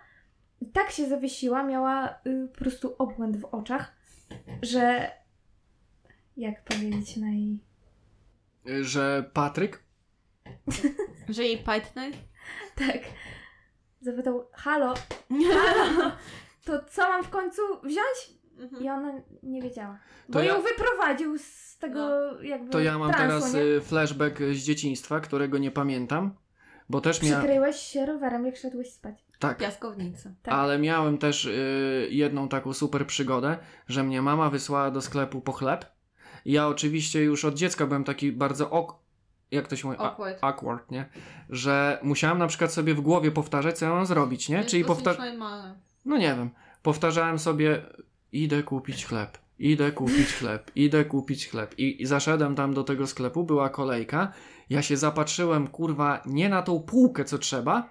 I tak się zawiesiła, miała y, po prostu obłęd w oczach, że. Jak powiedzieć na jej.
Y, że Patryk...
Że jej partner?
Tak. Zapytał, halo, halo, to co mam w końcu wziąć?
Mhm.
I ona nie wiedziała. Bo
To
ją
ja- No.
wyprowadził z tego jakby
To ja mam
transu,
teraz
nie?
y, flashback z dzieciństwa, którego nie pamiętam, bo też miałem.
Przykryłeś się rowerem, jak szedłeś spać.
Tak.
Piaskownicy.
Tak.
Ale miałem też y, jedną taką super przygodę, że mnie mama wysłała do sklepu po chleb. Ja oczywiście już od dziecka byłem taki bardzo ok... Jak to się mówi? A-
Awkward.
awkward, nie? Że musiałem na przykład sobie w głowie powtarzać, co ja mam zrobić, nie?
Jest
Czyli
dosyć
powtarzać...
normalne.
No nie wiem. Powtarzałem sobie, idę kupić chleb, idę kupić chleb, idę kupić chleb. I, I zaszedłem tam do tego sklepu, była kolejka. Ja się zapatrzyłem, kurwa, nie na tą półkę, co trzeba.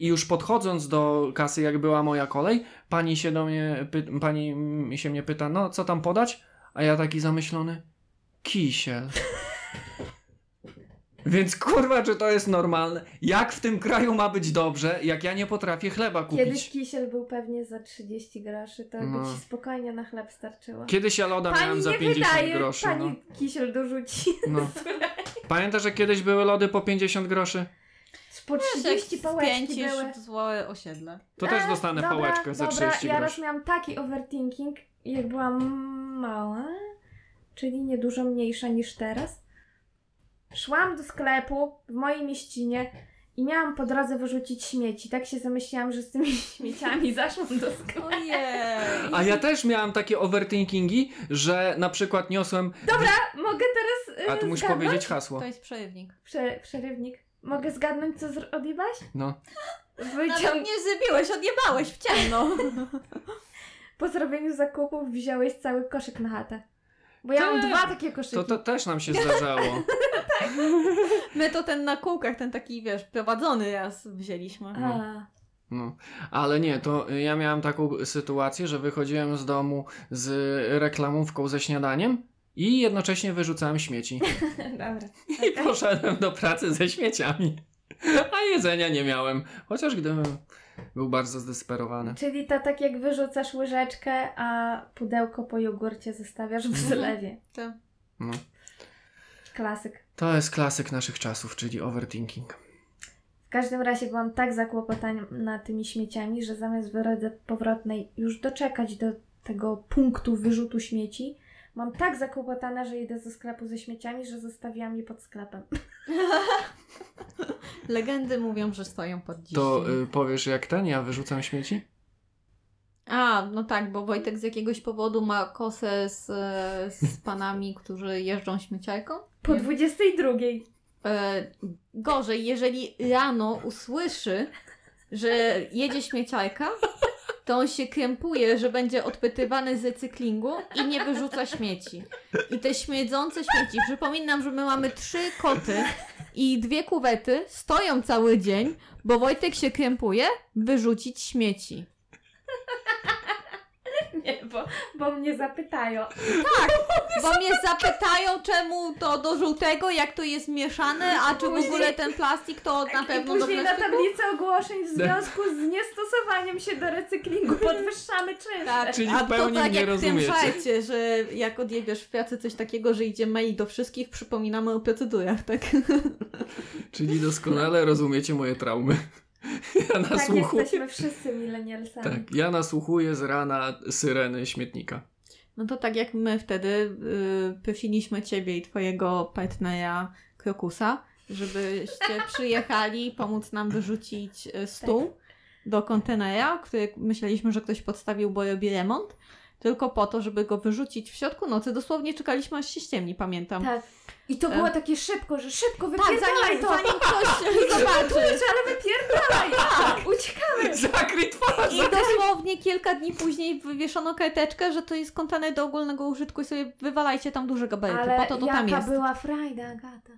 I już podchodząc do kasy, jak była moja kolej, pani się do mnie, py- pani mm, się mnie pyta, no co tam podać? A ja taki zamyślony, kisiel. Więc kurwa, czy to jest normalne? Jak w tym kraju ma być dobrze, jak ja nie potrafię chleba kupić?
Kiedyś kisiel był pewnie za 30 groszy, to
No.
by ci spokojnie na chleb starczyło.
Kiedyś ja loda
Pani
miałem za
nie
50
wydaje,
groszy.
pani kisiel dorzuci.
No. No. Pamiętasz, że kiedyś były lody po 50 groszy?
Po 30 pałeczki
Spięcisz
były.
w złe osiedle.
To też
E,
dostanę
dobra,
pałeczkę za
dobra,
30
ja raz
groszy.
miałam taki overthinking, jak byłam mała, czyli niedużo mniejsza niż teraz. Szłam do sklepu w mojej mieścinie i miałam po drodze wyrzucić śmieci. Tak się zamyśliłam, że z tymi śmieciami zaszłam do sklepu.
Ojej.
A ja też miałam takie overthinkingi, że na przykład niosłem.
Mogę teraz y,
A tu musisz
zgadnąć?
powiedzieć hasło.
To jest przerywnik.
Prze- przerywnik. Mogę zgadnąć, co zr- odjebałaś?
No.
Nawet
Wyciąg...
nie zjebiłeś, odjebałeś w ciemno.
Po zrobieniu zakupów wziąłeś cały koszyk na chatę. Bo ja mam
Tak.
dwa takie koszyki.
To, to też nam się zdarzało.
My to ten na kółkach, ten taki, wiesz, prowadzony raz wzięliśmy.
A,
No. Ale nie, to ja miałam taką sytuację, że wychodziłem z domu z reklamówką ze śniadaniem i jednocześnie wyrzucałem śmieci.
No.
dobra.
I poszedłem do pracy ze śmieciami. A jedzenia nie miałem. Chociaż gdybym był bardzo
No.
zdesperowany.
Czyli to tak jak wyrzucasz łyżeczkę, a pudełko po jogurcie zostawiasz w
Mhm.
zlewie.
To
No.
Klasyk.
To jest klasyk naszych czasów, czyli overthinking.
W każdym razie byłam tak zakłopotana tymi śmieciami, że zamiast w drodze powrotnej już doczekać do tego punktu wyrzutu śmieci, mam tak zakłopotana, że idę ze sklepu ze śmieciami, że zostawiłam je pod sklepem.
legendy mówią, że stoją pod dziś.
To y, powiesz jak ten, ja wyrzucam śmieci?
A, no tak, bo Wojtek z jakiegoś powodu ma kosę z, e, z panami, którzy jeżdżą śmieciarką.
Po
Nie.
22.
E, gorzej, jeżeli rano usłyszy, że jedzie śmieciarka, to on się krępuje, że będzie odpytywany z recyklingu i nie wyrzuca śmieci. I te śmierdzące śmieci, przypominam, że my mamy trzy koty i dwie kuwety, stoją cały dzień, bo Wojtek się krępuje, wyrzucić śmieci.
Nie, bo, bo mnie zapytają.
Bo mnie zapytają, czemu to do żółtego, jak to jest mieszane, a czy w
Później-
ogóle ten plastik to na pewno
I
do
później na
plastiku.
tablicy ogłoszeń w związku z niestosowaniem się do recyklingu podwyższamy czynsze.
Mhm. Tak,
Czyli
a
w pełni
to tak
mnie
jak w
rozumiecie.
tym żarcie, że jak odjebiesz w pracy coś takiego, że idzie mail do wszystkich, przypominamy o procedurach, tak?
Czyli doskonale rozumiecie moje traumy. Ja
Tak
nasłuchu...
jesteśmy wszyscy milenialsami.
tak, ja nasłuchuję z rana syreny śmietnika.
No to tak jak my wtedy y, prosiliśmy ciebie i twojego partnera Krokusa, żebyście przyjechali pomóc nam wyrzucić y, stół do kontenera, który myśleliśmy, że ktoś podstawił, bo robi remont. Tylko po to, żeby go wyrzucić w środku nocy. Dosłownie czekaliśmy, aż się ściemni, pamiętam.
Tak. I to
E.
było takie szybko, że
Tak,
szybko wypierdalaj
zanim,
to!
zanim ktoś zobaczy.
Kurczę, ale wypierdalaj! Tak. Uciekamy!
Zakryj twarz!
I dosłownie kilka dni później wywieszono karteczkę, że to jest kontener do ogólnego użytku i sobie wywalajcie tam duże gabaryty,
Ale
po to to
jaka
tam jest.
była frajda, Agata.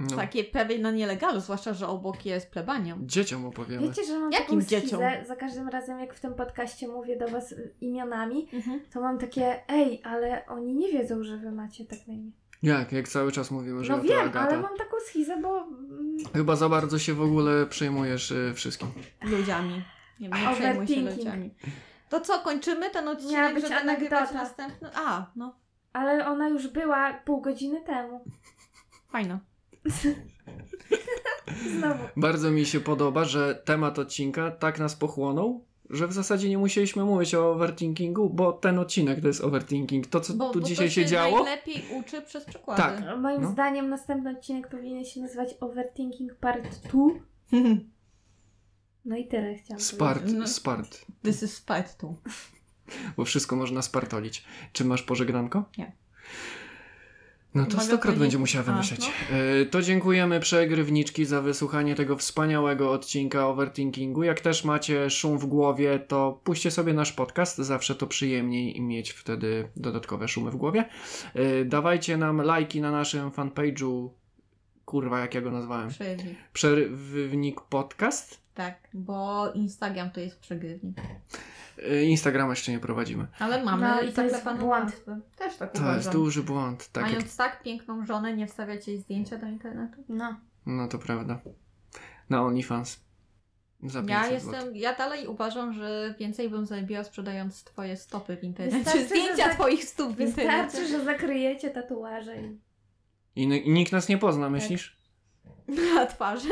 No.
Tak.
Takie pewne nielegalu, zwłaszcza, że obok jest plebania.
Dzieciom opowiemy.
Wiecie, że mam
Jakim
taką schizę,
dzieciom?
za każdym razem jak w tym podcaście mówię do was y, imionami, to mam takie ej, ale oni nie wiedzą, że wy macie tak na imię.
Jak? Jak cały czas mówimy, że
No
to
wiem,
Agata.
ale mam taką schizę, bo... mm,
Chyba za bardzo się w ogóle przejmujesz y, wszystkim.
Ludziami. Nie, nie przejmuj się
Overthinking.
ludziami. To co, kończymy ten odcinek,
Miała być
żeby nagrywać
anegdota.
następny? A, no,
Ale ona już była pół godziny temu.
fajno.
Znowu.
Bardzo mi się podoba, że temat odcinka tak nas pochłonął, że w zasadzie nie musieliśmy mówić o overthinkingu, bo ten odcinek to jest overthinking. To, co
Bo,
tu
bo
dzisiaj
to
się działo,
najlepiej uczy przez przykłady.
Tak.
Moim
No.
zdaniem następny odcinek powinien się nazywać Overthinking Part 2. No i tyle chciałam
spart,
No.
spart,
This is spite too.
bo wszystko można spartolić. Czy masz pożegnanko?
Nie.
No to
Mogę
stokrot
powiedzieć-
będzie musiała
A, no.
wymyśleć. Y, To dziękujemy przegrywniczki za wysłuchanie tego wspaniałego odcinka overthinkingu. Jak też macie szum w głowie, to puśćcie sobie nasz podcast. Zawsze to przyjemniej i mieć wtedy dodatkowe szumy w głowie. Y, Dawajcie nam lajki na naszym fanpage'u. Kurwa, jak ja go nazwałem?
Przejdź.
Przerywnik podcast?
Tak, bo Instagram to jest przegrywnik.
Y, Instagrama jeszcze nie prowadzimy.
Ale
powiedzieć.
mamy
No
i
i to
tak
jest błąd.
Też tak
To
uważam.
jest duży błąd. Tak jak...
Mając tak piękną żonę, nie wstawiać jej zdjęcia do internetu?
No.
No to prawda. Na OnlyFans. Za 500
Ja
złotych.
jestem, ja dalej uważam, że więcej bym zarobiła sprzedając twoje stopy w internecie.
Wystarczy,
Zdjęcia
że tak-
twoich stóp w internecie.
Wystarczy, że zakryjecie tatuaże i...
I, n- I nikt nas nie pozna, myślisz?
Na twarzy.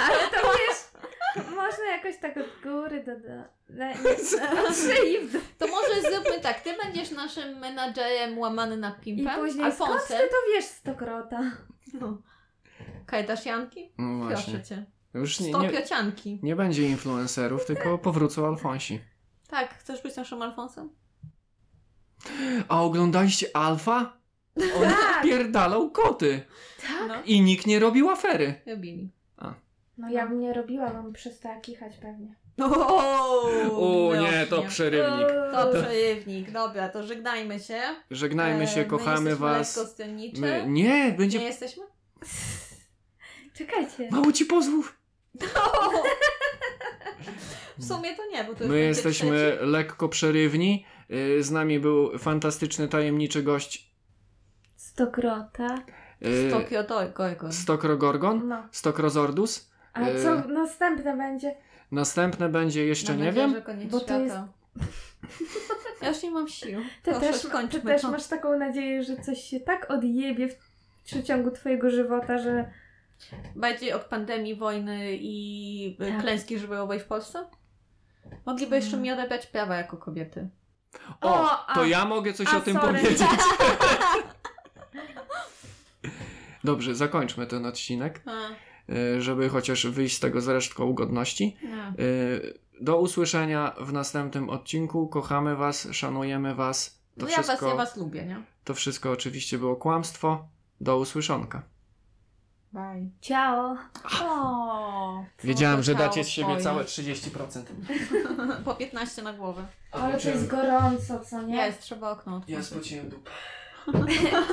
Ale to wiesz, można jakoś tak od góry do... do... do- do szyi w dół.
To może zróbmy tak, ty będziesz naszym menadżerem łamany na
I
pimpem.
później skąd ty
Alfonsem.
to wiesz stokrota?
No. Kajdasianki?
No
Proszę
właśnie.
cię.
Już nie, nie,
Stopiocianki.
nie będzie influencerów, tylko powrócą Alfonsi.
Tak, chcesz być naszym Alfonsem?
A oglądaliście Alfa? On
Tak.
pierdalał koty.
Tak.
No,
I nikt nie robił afery.
robili.
No ja bym nie robiła, bym przestała kichać pewnie.
O,
O nie, to przerywnik.
To
Eee,
przejewnik, dobra, to żegnajmy się.
Żegnajmy się,
E, my
kochamy
jesteśmy
was.
lekkostroniczy.
My, nie,
Nie
będzie
jesteśmy?
Czekajcie.
mało ci pozwów.
W sumie to nie, bo to już
My
będzie
jesteśmy lekko przerywni. Y, Z nami był fantastyczny, tajemniczy gość
Stokrota.
trzeci.
y,
Z Tokio Toy Gorgon.
Stokrogorgon,
No.
Stokrozordus.
A
Eee.
co następne będzie?
Następne będzie jeszcze nie wiem.
Bo
bo
to
to
jest... Ja już nie mam sił.
Ty,
Proszę,
też, ty
skończmy
też
to.
masz taką nadzieję, że coś się tak odjebie w przeciągu twojego żywota, że
Bardziej od pandemii, wojny i y,
Tak.
klęski żywiołowej w Polsce? Mogliby jeszcze mi odebrać prawa jako kobiety.
O,
O, a-
to ja mogę coś
a,
o tym
sorry.
powiedzieć. Dobrze, zakończmy ten odcinek,
A,
y, żeby chociaż wyjść z tego z resztką godności.
nie.
Y, Do usłyszenia w następnym odcinku. Kochamy was, szanujemy was. To,
No ja was,
wszystko,
ja was lubię, nie?
to wszystko oczywiście było kłamstwo. Do usłyszonka.
Bye.
ciao.
O,
Wiedziałem,
to
że
ciało
dacie z siebie
twoje.
całe 30%.
Po 15 na głowę.
Ale to jest gorąco, co nie?
Jest, trzeba okno otworzyć.
Ja spociłem dupę.